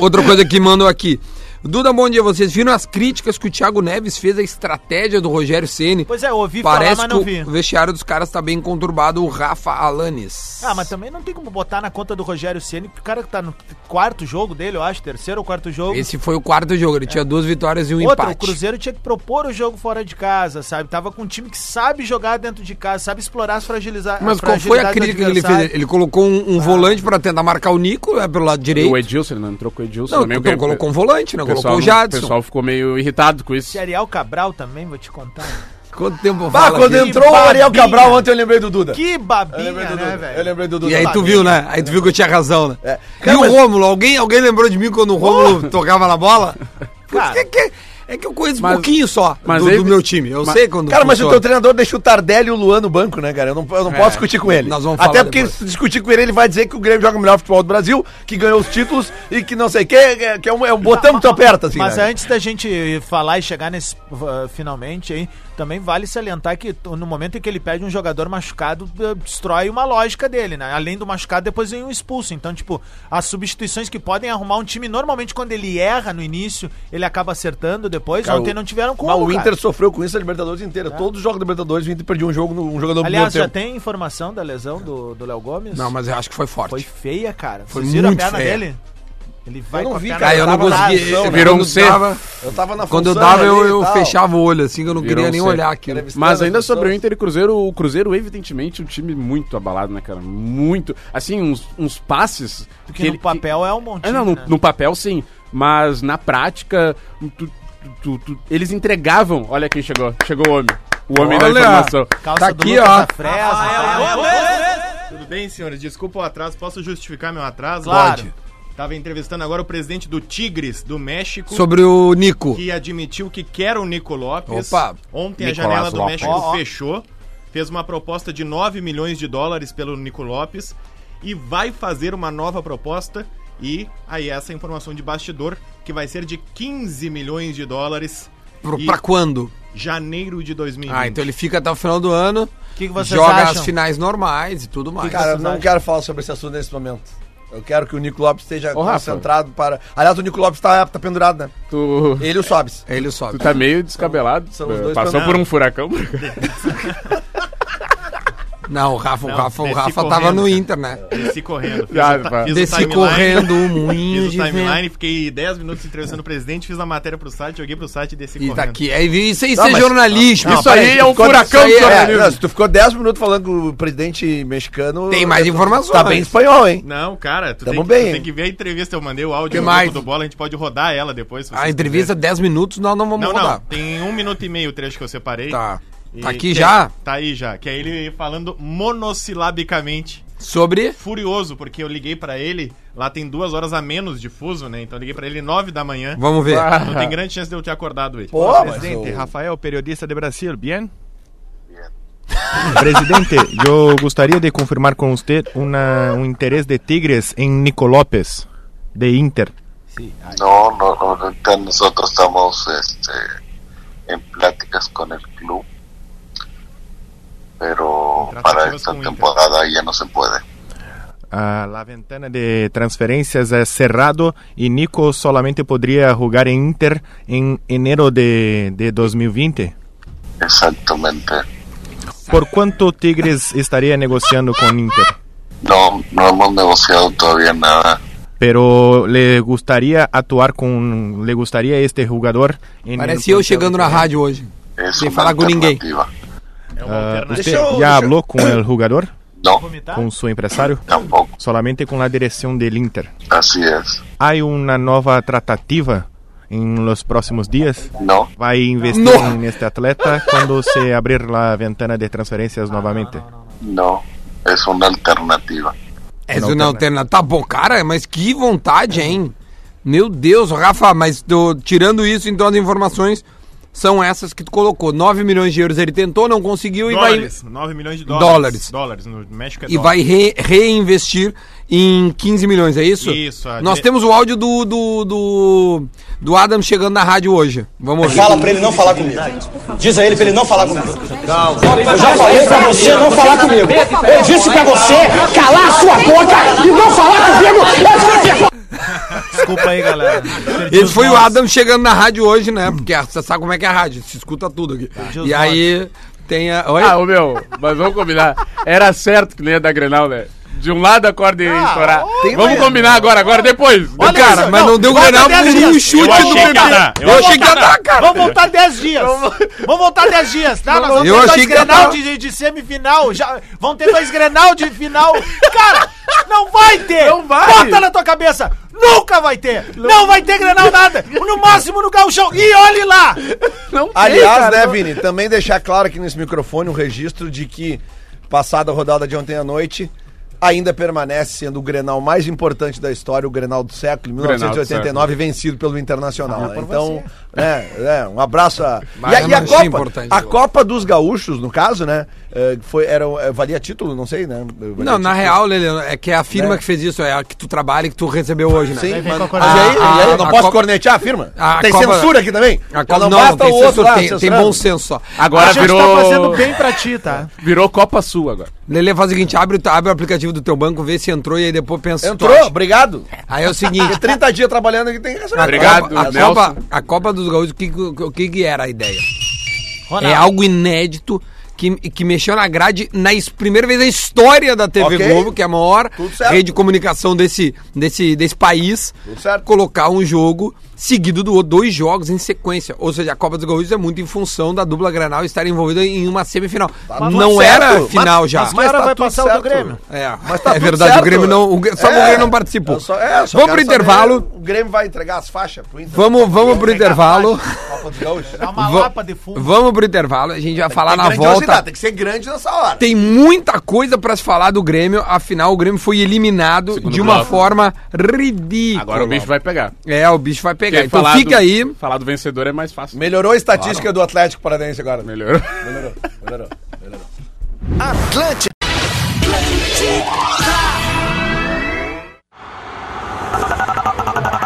C: Outra coisa que mandam aqui. Duda, bom dia. Vocês viram as críticas que o Thiago Neves fez à estratégia do Rogério Ceni?
F: Pois é, eu ouvi
C: Parece
F: falar, mas não
C: que o
F: vi.
C: vestiário dos caras tá bem conturbado, o Rafa Alanis.
F: Ah, mas também não tem como botar na conta do Rogério Ceni, porque o cara que tá no quarto jogo dele, eu acho, terceiro ou quarto jogo.
C: Esse foi o quarto jogo, ele tinha duas vitórias e um
F: Outra, o
C: empate.
F: É. Cruzeiro tinha que propor o jogo fora de casa, sabe? Tava com um time que sabe jogar dentro de casa, sabe explorar as fragilidades.
C: Mas qual foi a crítica que ele fez? Ele colocou
F: Ah.
C: um, um volante pra tentar marcar o Nico, é pelo lado direito.
D: O Edilson, ele não entrou com o Edilson.
C: Não,
D: também,
C: então
D: o
C: colocou um volante, né?
D: pessoal
C: Colocou o
D: não-
C: Jadson.
D: O pessoal ficou meio irritado com isso.
F: Se Ariel Cabral também, vou te contar.
C: Quanto tempo eu
E: Bah,
C: falo
E: quando
C: aqui?
F: eu-
E: entrou o Ariel
F: babinha.
E: Cabral ontem eu lembrei do Duda.
F: Que
E: Eu
F: babinha,
E: lembrei do
F: né,
E: Duda. Eu
F: velho?
E: lembrei do Duda.
C: E aí tu viu, né? Aí tu viu que eu tinha razão, né?
E: Cara,
C: e
E: mas-
C: o Rômulo? Alguém, alguém lembrou de mim quando o Rômulo tocava na bola? Putz, que- que- é que eu conheço um
D: Mas-
C: pouquinho só
D: mas
C: do,
D: aí-
C: do meu time. Eu
D: mas-
C: sei quando
E: Cara, mas o
C: funciona.
E: teu treinador deixa o Tardelli e o Luan no banco, né, cara? Eu não, eu não posso discutir com ele.
C: É, nós vamos
E: Até
C: falar
E: porque
C: depois.
E: se discutir com ele, ele vai dizer que o Grêmio joga o melhor futebol do Brasil, que ganhou os títulos e que não sei o quê, que, é- que é um, é um botão que tu aperta, assim.
F: Mas é
E: né?
F: antes da gente falar e chegar nesse uh, finalmente aí, também vale salientar que t- no momento em que ele pede um jogador machucado, uh, destrói uma lógica dele, né? Além do machucado, depois vem um expulso. Então, tipo, as substituições que podem arrumar um time, normalmente quando ele erra no início, ele acaba acertando depois.
E: Cara,
F: Ontem
E: o-
F: não tiveram como.
E: Mas o
F: cara. É.
E: Inter sofreu com isso a Libertadores inteira. Todos os jogos da Libertadores, o Inter perdia um jogo, no- um jogador no
F: Aliás, já
E: primeiro tempo.
F: tem informação da lesão do do Léo Gomes?
C: Não, mas eu acho que foi forte.
F: Foi feia, cara.
C: Foi
F: Vocês viram
C: muito
F: a perna
C: feia.
F: dele? Ele vai
E: não
F: com a
E: vi,
F: perna
E: cara,
C: Cara, eu não
E: tava na
C: consegui.
E: ação, né?
C: virou um
E: Quando
C: C.
E: tava- Eu tava na
C: Quando eu
E: função
C: dava,
E: ali
C: eu,
E: e
C: eu
E: tal.
C: fechava o olho, assim, que eu não
D: Virou
C: queria
D: um
C: nem
D: C.
C: olhar aquilo.
D: Mas ainda sobre o Inter e Cruzeiro, o Cruzeiro, evidentemente, um time muito abalado, né, cara? Muito. Assim, uns, uns passes.
F: Porque no papel é um montinho,
D: É, não, no,
F: né?
D: no papel sim, mas na prática, tu- tu- tu- tu- eles entregavam. Olha quem chegou, chegou o homem. O homem da
C: Olha!
D: informação.
C: Tá
F: do
C: aqui,
F: Lucas
C: ó.
F: da Fresa, tá?
H: Tudo bem, senhores? Desculpa o atraso. Posso justificar meu atraso?
F: Claro.
H: Pode. Tava entrevistando agora o presidente do Tigres, do México,
C: Sobre o Nico.
H: que admitiu que quer o Nico Lopes.
C: Opa.
H: Ontem
D: Nicolás
H: a janela do
D: Lopes.
H: México
F: Ó, ó.
H: fechou. Fez uma proposta de 9 milhões de dólares pelo Nico Lopes. E vai fazer uma nova proposta. E aí essa informação de bastidor, que vai ser de 15 milhões de dólares.
C: Pro-
H: e
C: Pra quando?
H: janeiro de 2020.
C: Ah, então ele fica até o final do ano,
F: O que, que vocês
C: joga
F: acham?
C: as finais normais e tudo mais.
E: Cara, eu não
F: acham?
E: quero falar sobre esse assunto nesse momento. Eu quero que o Nico Lopes esteja
D: Ô, Rafa.
E: concentrado para. Aliás, o Nico Lopes tá, tá pendurado, né?
D: Tu,
E: Ele e o Sobs.
C: Ele sobe.
D: tu tá meio descabelado.
E: São os dois
D: Passou
E: pra-
D: por um furacão.
C: Não, o Rafa, o
H: Não,
C: Rafa, o
H: desci
C: Rafa
H: correndo,
C: tava no
H: cara.
C: Inter, né?
H: Desci correndo. tá- Fiz
D: Já,
H: o ta-
D: pá.
H: fiz o
C: Desci
H: timeline.
C: correndo
H: um
C: o moinho
H: Fiz
C: de
H: o
C: vento.
H: timeline, fiquei 10 minutos entrevistando o presidente, fiz a matéria pro site, joguei pro site e desci
C: E tá
H: correndo.
C: aqui. Aí, isso aí, isso
E: Não,
C: é
E: mas-
C: jornalismo.
D: Isso aí é um furacão do
C: isso aí é-
E: É,
D: jornalismo.
E: não, se tu ficou 10 minutos falando com o presidente mexicano.
C: Tem mais informações.
E: Tá bem espanhol, hein?
H: Não, cara, tu,
E: Tamo
H: tem que,
E: bem,
H: tu tem
E: hein?
H: que ver a entrevista. Eu mandei o áudio
C: Que
H: no
C: mais?
H: grupo do bola, a gente pode rodar ela depois. se
C: A
H: vocês
C: entrevista, 10 minutos, nós não vamos
H: quiserem. Não,
C: rodar.
H: não, tem um minuto e meio o trecho que eu separei.
C: Tá.
H: E
C: Tá aqui
H: que-
C: já
H: Tá aí já. Que é ele falando monossilabicamente.
C: sobre.
H: Furioso, porque eu liguei pra ele. Lá tem duas horas a menos de fuso, né? Então eu liguei pra ele nove da manhã.
C: Vamos ver.
H: Não tem grande chance de eu ter acordado ele.
E: Pô, mas o-
H: Rafael, periodista de Brasil, bien? Presidente, eu gostaria de confirmar com você uma, um interesse de Tigres em Nico López, de Inter.
I: No, no, no, ahorita nosotros estamos este, en pláticas con el club, pero para
H: Tratativas
I: esta
H: con Inter.
I: temporada ya no se puede.
H: A la ventana de transferências é cerrado e Nico solamente poderia jogar em Inter em enero de, de 2020.
I: Exactamente.
H: Por quanto Tigres estaria negociando com Inter?
I: No, no hemos negociado todavía nada.
H: Pero le gustaría atuar com, le gustaría este jogador em
C: Parece eu chegando na rádio hoje.
I: Es
C: Sin
I: una
C: falar con ninguém.
I: alternativa.
H: Você
E: Deixa eu-
H: já
E: deixa eu-
H: falou com o jogador,
I: No,
C: Tá.
H: com seu empresário?
I: tampoco.
H: Solamente com a direção do Inter.
I: Así es.
H: Há uma nova tratativa em los próximos dias?
I: No,
H: Vai investir
C: No.
H: neste atleta quando se abrir a ventana de transferências novamente?
I: no. Es una alternativa.
C: Essa não alternativa. Tá bom, cara, mas que vontade, hein? Meu Deus, Rafa, mas tô tirando isso, então as informações são essas que tu colocou. 9 milhões de euros ele tentou, não conseguiu e vai,
H: 9 milhões de
C: Dólares.
H: Dólares, no México é
C: e vai re- reinvestir em 15 milhões, é isso?
H: Isso, a
C: Nós
H: dire-
C: temos o áudio do, do, do, do Adam chegando na rádio hoje. Vamos ouvir.
J: Fala pra ele não falar comigo. Diz a ele pra ele não falar comigo. Eu já falei pra você não falar comigo. Eu disse pra você calar a sua boca e não falar comigo. Eu disse-
F: Desculpa aí, galera. Perdi
C: Esse
F: os
C: foi o
F: nomes.
C: Adam chegando na rádio hoje, né? Porque a- você sabe como é que é a rádio, se escuta tudo aqui.
H: Tá.
F: os
C: E aí tem a. Oi?
D: Ah, ô meu, mas vamos combinar. Era certo que não ia dar Grenal, né? De um lado a corda ia estourar. Vamos combinar agora, agora, depois.
C: Ô, cara, mas não, deu Grenal por um chute
H: Eu achei
C: do
H: que ia
C: PP.
H: dar, eu
C: Eu
H: achei
C: achei que ia dar, cara.
F: Vamos voltar 10 dias. Vamos voltar 10 dias, tá? Nós vamos
C: Eu
F: ter
C: achei
F: dois
C: que ia um-
F: Grenal
C: falar-
F: de, de semifinal. Já, vamos ter dois Grenal de final. Cara, não vai ter.
D: Não vai.
F: Bota na tua cabeça. Nunca vai ter. Não, vai ter Grenal nada. No máximo no gauchão. E olhe lá.
E: Aliás, né, Vini, também deixar claro aqui nesse microfone o registro de que, passada a rodada de ontem à noite, ainda permanece sendo o Grenal mais importante da história, o Grenal do século,
D: Grenal do é
E: 1989, vencido pelo Internacional. né? então, né, é, um abraço a...
C: Mas
E: E a,
C: eu
E: e a
C: não achei
E: Copa,
C: importante.
E: a Copa dos Gaúchos, no caso, né, eh, foi, era, eh, valia título, não sei, né? valia
C: Não, na
E: título.
C: real, Lelê, é que é a firma
E: Né?
C: que fez isso, é a que tu trabalha e que tu recebeu hoje, né?
E: Sim, mas,
C: corneta.
E: mas e aí,
C: A-
E: e aí,
C: a-
E: não
C: a
E: posso
C: Copa-
E: cornetear a firma?
C: A
E: tem
C: Copa-
E: censura aqui também?
C: A
E: Então
C: Copa-
E: não, basta
C: tem,
E: o outro
C: senso-
E: lá
C: tem, tem
E: censurando.
C: bom senso só.
D: Agora virou.
F: pra ti, tá?
C: É,
D: Virou Copa Sul agora.
C: Lelê, faz o seguinte, abre, o teu- abre o aplicativo do teu banco, vê se entrou e aí depois pensa... se tu
E: Entrou,
C: acha.
E: obrigado.
C: Aí é o seguinte...
E: 30 dias trabalhando aqui tem que
C: a
E: acionar.
D: Obrigado,
C: Copa, a,
D: Nelson.
C: Copa, a Copa dos Gaúchos, o que, o que que era a ideia?
F: Ronaldo.
C: É algo inédito que, que mexeu na grade na es- primeira vez na história da TV
E: Ok.
C: Globo, que é a maior
E: Tudo certo.
C: rede de comunicação desse, desse, desse país,
E: Tudo certo.
C: colocar um jogo seguido do outro, dois jogos em sequência. Ou seja, a Copa dos Gaúchos é muito em função da dupla Granal estar envolvida em uma semifinal. Não
E: Tá tudo
C: era
E: certo.
C: final já.
E: Mas que hora vai passar o do Grêmio?
C: É,
E: tá
C: é
E: tudo
C: verdade,
E: certo.
C: o Grêmio não. O, Gr- só
E: É.
C: que o Grêmio não participou.
E: Eu só- é, eu só
C: vamos pro
E: quero
C: intervalo.
E: saber, o Grêmio vai entregar as faixas pro Inter.
C: Vamos, vamos pro intervalo.
E: Copa dos Gaúchos.
F: Dá uma
C: Va-
F: lapa de fumo.
C: Vamos pro intervalo, a gente vai falar
E: Tem
C: na
E: grandiosidade,
C: volta.
E: Tem que ser grande nessa hora.
C: Tem muita coisa pra se falar do Grêmio, afinal o Grêmio foi eliminado de uma
D: bloco.
C: forma ridícula.
D: Agora o bicho vai pegar.
C: É, o bicho vai pegar.
D: Porque
C: Então
D: falar
C: fica
D: do-
C: aí.
D: Falar do vencedor é mais fácil.
E: Melhorou a estatística do Atlético Paranaense agora.
D: Melhor.
E: Melhorou, melhorou, melhorou.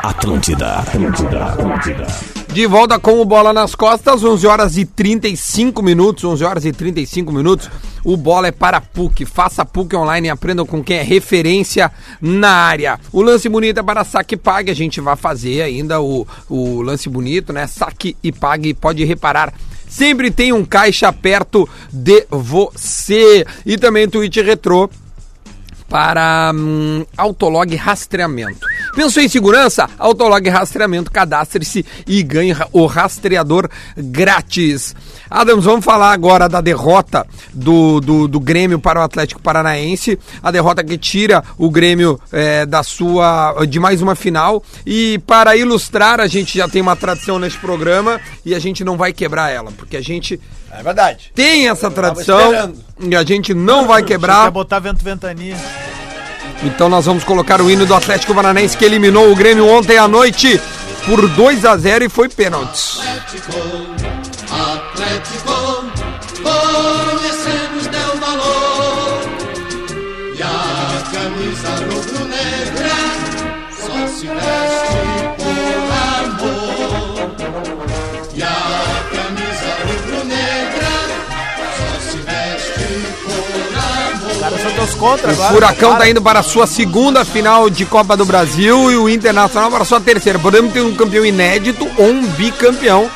A: Atlântida, Atlântida, Atlântida.
C: De volta com o Bola nas Costas, 11 horas e 35 minutos, 11 horas e 35 minutos. O Bola é para a PUC, faça PUC online e aprenda com quem é referência na área. O lance bonito é para saque e pague, a gente vai fazer ainda o, o lance bonito, né? Saque e pague, pode reparar Sempre tem um caixa perto de você. E também Twitch Retrô para hum, Autolog Rastreamento. Pensou em segurança? Autolog Rastreamento, cadastre-se e ganhe ra- o rastreador grátis. Adams, vamos falar agora da derrota do, do, do Grêmio para o Atlético Paranaense. A derrota que tira o Grêmio eh, da sua de mais uma final. E para ilustrar, a gente já tem uma tradição neste programa e a gente não vai quebrar ela, porque a gente
E: É verdade.
C: tem essa tradição
E: esperando.
C: e a gente não vai
F: Quer
C: quebrar.
F: botar vento ventania.
C: Então nós vamos colocar o hino do Atlético Paranaense que eliminou o Grêmio ontem à noite por 2 a 0 e foi pênaltis.
B: Atlético, conhecemos teu valor. E a camisa rubro-negra só se veste por amor. E a camisa rubro-negra só se veste por amor.
F: Cara, são teus contra
C: O
F: agora.
C: Furacão
F: Para.
C: tá indo para a sua segunda final de Copa do Brasil e o Internacional para a sua terceira. Podemos ter um campeão inédito ou um bicampeão,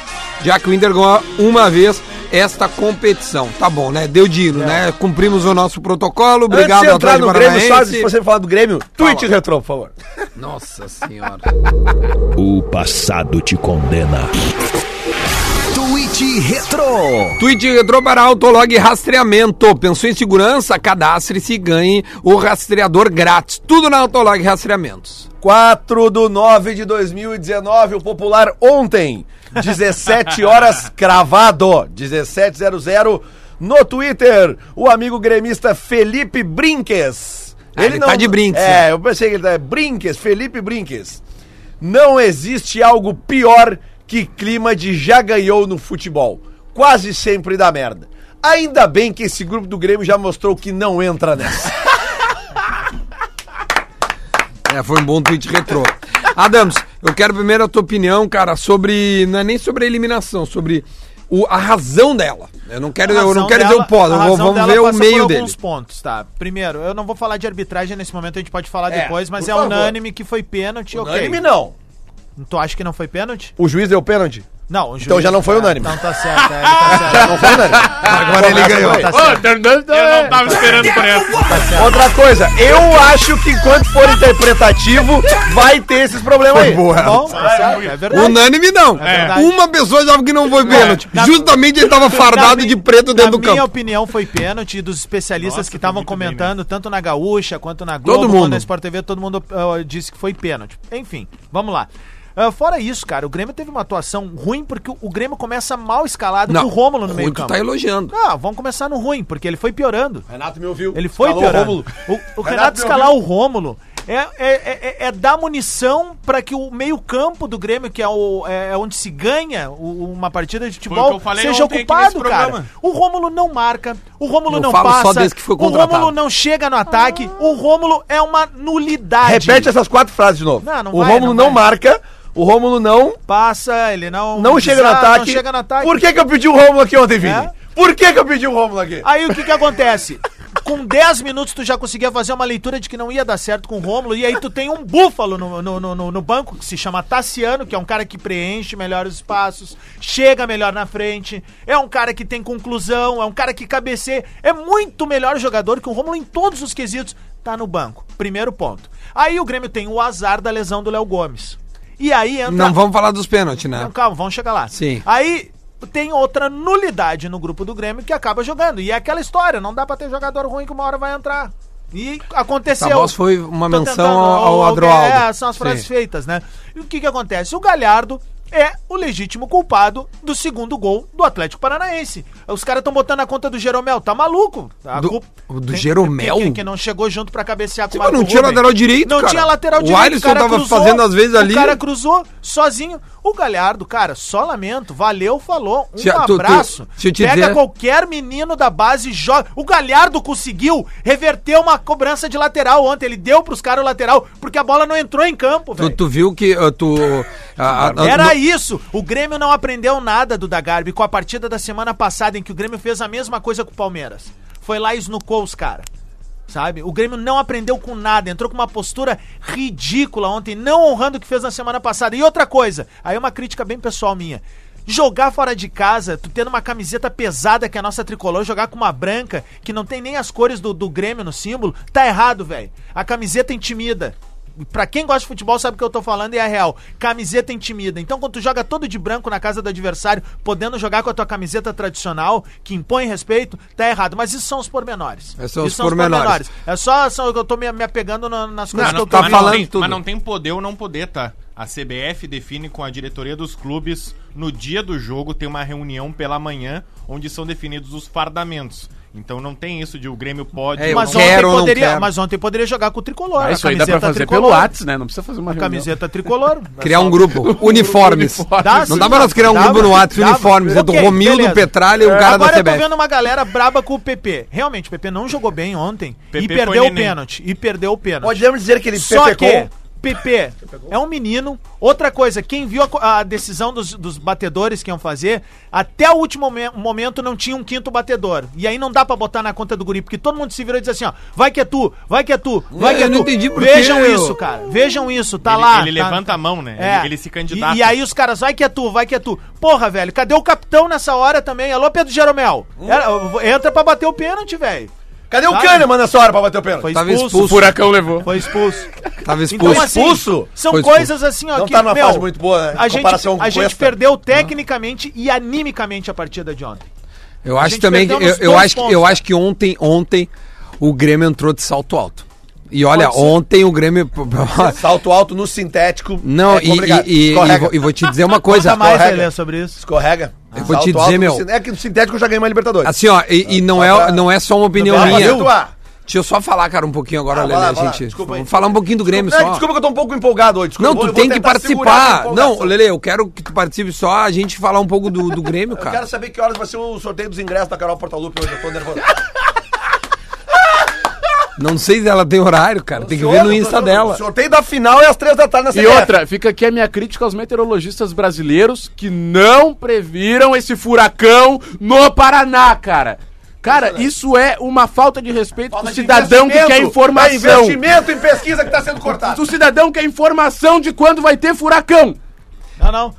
C: já que o Inter ganhou uma vez esta competição. Tá bom, né? Deu dino, né? Cumprimos o nosso protocolo.
E: É. Antes
C: Obrigado,
E: de entrar
C: Atlético
E: no Grêmio, só
C: Paranaense.
E: se você falar do Grêmio, tweet retrô, por favor.
C: Nossa Senhora.
A: O passado te condena. Twitch Retro.
C: Tweet retrô para Autolog Rastreamento. Pensou em segurança? Cadastre-se e ganhe o rastreador grátis. Tudo na Autolog Rastreamentos.
E: 4 do 9 de 2019, o popular ontem, 17 horas cravado, 1700 no Twitter, o amigo gremista Felipe Brinques.
C: Ah, ele tá de brinques,
E: É, eu pensei que ele tá Brinques, Felipe Brinques. Não existe algo pior que clima de já ganhou no futebol. Quase sempre dá merda. Ainda bem que esse grupo do Grêmio já mostrou que não entra nessa.
C: É, foi um bom tweet retrô. Adams, eu quero primeiro a tua opinião, cara, sobre. Não é nem sobre a eliminação, sobre o- a razão dela. Eu não quero,
F: A
C: eu não
F: razão
C: quero dizer o
F: dela-
C: pós,
F: a
C: eu vou-
F: razão
C: vamos
F: dela
C: ver o
F: passa
C: meio
F: por
C: dele.
F: alguns pontos, tá? Primeiro, eu não vou falar de arbitragem nesse momento, a gente pode falar
E: É,
F: depois, mas
E: por
F: é
E: favor.
F: unânime que foi pênalti, ok.
E: Unânime não.
F: Tu acha que não foi pênalti?
E: O juiz deu pênalti?
F: Não, o juiz...
E: Então já não foi
F: Ah,
E: unânime.
F: Então tá certo, é, ele tá certo.
E: Não foi unânime.
C: Agora ele ganhou.
F: Tá certo.
H: Eu não tava esperando por essa.
E: Outra coisa, eu acho que enquanto for interpretativo, vai ter esses problemas aí.
F: Bom, tá certo, é verdade. É
C: Unânime não.
F: verdade. É.
C: Uma pessoa já que não foi pênalti.
F: Na-
C: Justamente ele tava fardado
F: mi-
C: de preto dentro do
F: Na minha
C: campo.
F: opinião, foi pênalti dos especialistas
H: Nossa,
F: que
H: foi
F: estavam
H: muito bem,
F: comentando, tanto na Gaúcha quanto na Globo,
C: Todo
F: quanto
C: mundo.
F: na Sport TV, todo mundo ah, disse que foi pênalti. Enfim, vamos lá. Ah, fora isso, cara, o Grêmio teve uma atuação ruim porque o- o Grêmio começa mal escalado com o Rômulo no meio
C: tu
F: campo.
C: tá elogiando.
F: Ah, vamos começar no ruim, porque ele foi piorando.
E: Renato me ouviu.
F: Ele foi
E: Escalou o
F: piorando.
E: Rômulo.
F: O, o Renato,
E: Renato me
F: escalar o Rômulo é, é, é, é- é dar munição para que o meio-campo do Grêmio, que é, o, é é onde se ganha o- uma partida de
H: o que
F: futebol,
H: eu falei
F: seja
H: ontem aqui
F: ocupado,
H: nesse
F: cara.
H: programa.
F: O Rômulo não marca, o Rômulo
C: Eu
F: não
C: falo só
F: passa,
C: desde que foi
F: o
C: contratado.
F: Rômulo não chega no ataque, o Rômulo é uma nulidade.
E: Repete essas quatro frases de novo.
F: Não, não
E: o
F: vai,
E: Rômulo
F: não
E: não,
F: vai.
E: marca, o Rômulo não,
F: Passa, ele não...
E: não chega no
F: desaba, não
E: ataque.
F: chega no ataque.
E: Por que que eu pedi o Rômulo aqui ontem, Vini?
F: É? Ah,
E: Por que que eu pedi o Rômulo aqui?
F: Aí o que que acontece? Com 10 minutos tu já conseguia fazer uma leitura de que não ia dar certo com o Rômulo, e aí tu tem um búfalo no, no, no- no- no banco que se chama Tassiano, que é um cara que preenche melhor os espaços, chega melhor na frente, é um cara que tem conclusão, é um cara que cabeceia, é muito melhor jogador que o Rômulo em todos os quesitos, tá no banco. Primeiro ponto. Aí o Grêmio tem o azar da lesão do Léo Gomes. E aí entra
C: Não vamos falar dos pênaltis, né?
F: não, calma, vamos chegar lá.
C: Sim.
F: Aí tem outra nulidade no grupo do Grêmio que acaba jogando. E é aquela história, não dá pra ter jogador ruim que uma hora vai entrar. E aconteceu.
C: Essa voz foi uma
F: Tô
C: menção
F: tentando,
C: ao- ao
F: o- o-
C: Adroaldo.
F: É, são as frases
C: Sim.
F: feitas, né? E o que que acontece? O Galhardo é o legítimo culpado do segundo gol do Atlético Paranaense. Os caras estão botando a conta do Jeromel, tá maluco? A
C: Do-
F: culpa-
C: do
F: Tem-
C: Jeromel?
F: Que, que- que não chegou junto pra cabecear com
C: Sim, mas não
F: Marco
C: tinha
F: Ruben.
C: lateral direito,
F: Não
C: cara.
F: tinha lateral
C: O
F: direito.
C: Alisson
F: cara
C: tava fazendo às vezes ali.
F: O cara cruzou sozinho. O Galhardo, cara, só lamento. Valeu, falou. Um
C: Se- tu- tu-
F: abraço.
C: se eu te
F: Pega
C: dizer-
F: qualquer menino da base e joga. O Galhardo conseguiu reverter uma cobrança de lateral ontem. Ele deu pros caras o lateral porque a bola não entrou em campo,
C: Tu,
F: velho.
C: tu viu que ah, tu. ah, ah,
F: Era
C: no-
F: isso. O Grêmio não aprendeu nada do Dagarbi com a partida da semana passada em que o Grêmio fez a mesma coisa com o Palmeiras. Foi lá e esnucou os caras. Sabe? O Grêmio não aprendeu com nada, entrou com uma postura ridícula ontem, não honrando o que fez na semana passada. E outra coisa, aí é uma crítica bem pessoal minha. Jogar fora de casa, tu tendo uma camiseta pesada que é a nossa tricolor, jogar com uma branca que não tem nem as cores do, do Grêmio no símbolo, tá errado, velho. A camiseta intimida. Pra quem gosta de futebol sabe o que eu tô falando e é real. Camiseta intimida. Então, quando tu joga todo de branco na casa do adversário, podendo jogar com a tua camiseta tradicional, que impõe respeito, tá errado. Mas isso são os pormenores.
C: Esses É são os
F: Isso
C: pormenores.
F: É só, só eu tô me, me apegando na- nas coisas
C: Não,
F: que eu tô
C: tá
H: mas
C: falando
H: tem,
C: tudo.
H: Mas não tem poder ou não poder, tá? A CBF define com a diretoria dos clubes, no dia do jogo, tem uma reunião pela manhã, onde são definidos os fardamentos. Então não tem isso de o Grêmio pode...
C: É,
H: ou
C: eu
H: não
F: Mas
C: quero
F: ontem,
C: ou não
F: poderia,
C: quero.
F: mas ontem poderia jogar com o tricolor.
D: Ah,
F: a
D: isso aí dá pra
F: camiseta
D: fazer
F: tricolor.
D: pelo Whats, né? Não precisa fazer uma
F: A
D: reunião.
F: camiseta tricolor.
C: Criar um grupo. Uniformes.
F: Dá,
C: não
F: sim,
C: dá pra nós criar um
F: dá,
C: grupo no WhatsApp
F: dá.
C: uniformes. É do
F: Ok,
C: Romildo
F: beleza. É,
C: Petralha e um cara da
F: Agora eu tô
C: CBF.
F: vendo uma galera braba com o PP. Realmente, o PP não jogou bem ontem e
H: PP foi
F: perdeu o
H: neném.
F: pênalti. E perdeu o pênalti.
E: Podemos dizer que ele
F: Só
E: pepecou?
F: que PP é um menino. Outra coisa, quem viu a co- a, decisão dos, dos batedores que iam fazer, até o último momen- momento não tinha um quinto batedor. E aí não dá pra botar na conta do guri, porque todo mundo se virou e diz assim, ó, vai que é tu, vai que é tu, vai
C: É,
F: que é
C: eu
F: tu.
C: não entendi por
F: Vejam
C: quê,
F: isso,
C: eu-
F: cara. Vejam isso, tá
H: Ele-
F: lá.
H: ele
F: tá-
H: levanta a mão, né? Ele- ele se candidata.
F: E, e aí os caras, vai que é tu, vai que é tu. Porra, velho, cadê o capitão nessa hora também? Alô, Pedro Jeromel. Era- entra pra bater o pênalti, velho.
E: Cadê o
F: Sabe?
E: Kahneman nessa hora pra bater o pênalti?
F: Foi
C: Tava
F: expulso.
C: expulso.
D: Furacão levou.
F: Foi expulso.
C: Tava
F: Então,
C: expulso.
F: assim,
E: expulso?
F: são
C: Foi expulso.
F: coisas assim, ó.
E: Não
F: que,
E: tá numa fase muito boa, né,
F: A
E: em
F: gente,
E: comparação com
F: a gente
E: esta.
F: perdeu tecnicamente e animicamente a partida de ontem.
C: Eu
F: A
C: acho
F: gente
C: também que eu,
F: perdeu nos
C: eu
F: dois
C: acho que-
F: pontos,
C: eu
F: cara.
C: acho que ontem ontem o Grêmio entrou de salto alto. E olha,
F: Pode ser.
C: ontem o Grêmio
E: Salto alto no sintético.
C: não
E: é
C: e, e,
E: complicado.
C: e- e
E: Escorrega.
C: vou, e vou te dizer uma coisa.
F: Conta Tá mais,
E: correto.
F: Helena, sobre isso.
E: Escorrega.
C: Eu vou te dizer,
E: no
C: meu.
E: sin- É que no sintético eu já ganhei uma Libertadores.
C: Assim ó, e, e não é não é só uma opinião
E: Vai,
C: minha.
E: Brasil. Ah,
C: Deixa eu só falar, cara, um pouquinho
F: Ah,
C: agora,
E: vai
C: Lelê,
E: lá, vai lá.
C: gente.
E: Desculpa aí.
C: Vamos falar um pouquinho do Grêmio
E: Desculpa,
C: só.
E: não, desculpa que eu tô um pouco empolgado hoje. desculpa.
C: Não,
E: Eu vou-
C: tu
E: eu vou
C: tem que
E: tentar segurar um a
C: participar.
E: empolgação.
C: Não, Lele, eu quero que tu participe só a gente falar um pouco do, do Grêmio,
E: Eu quero
C: cara.
E: saber que horas vai ser o sorteio dos ingressos da Carol Portalupe hoje. Eu tô nervoso.
C: Não sei se ela tem horário, cara. Tem que ver
E: Senhor,
C: no Insta
E: o- O
C: dela.
E: sorteio da final é às três da tarde na
G: E outra, fica aqui a minha crítica aos meteorologistas brasileiros que não previram esse furacão no Paraná, cara. Cara, isso é uma falta de respeito do cidadão que quer
E: É
G: informação.
E: investimento em pesquisa que tá sendo cortado.
G: Do cidadão quer informação de quando vai ter furacão.
F: Não, não.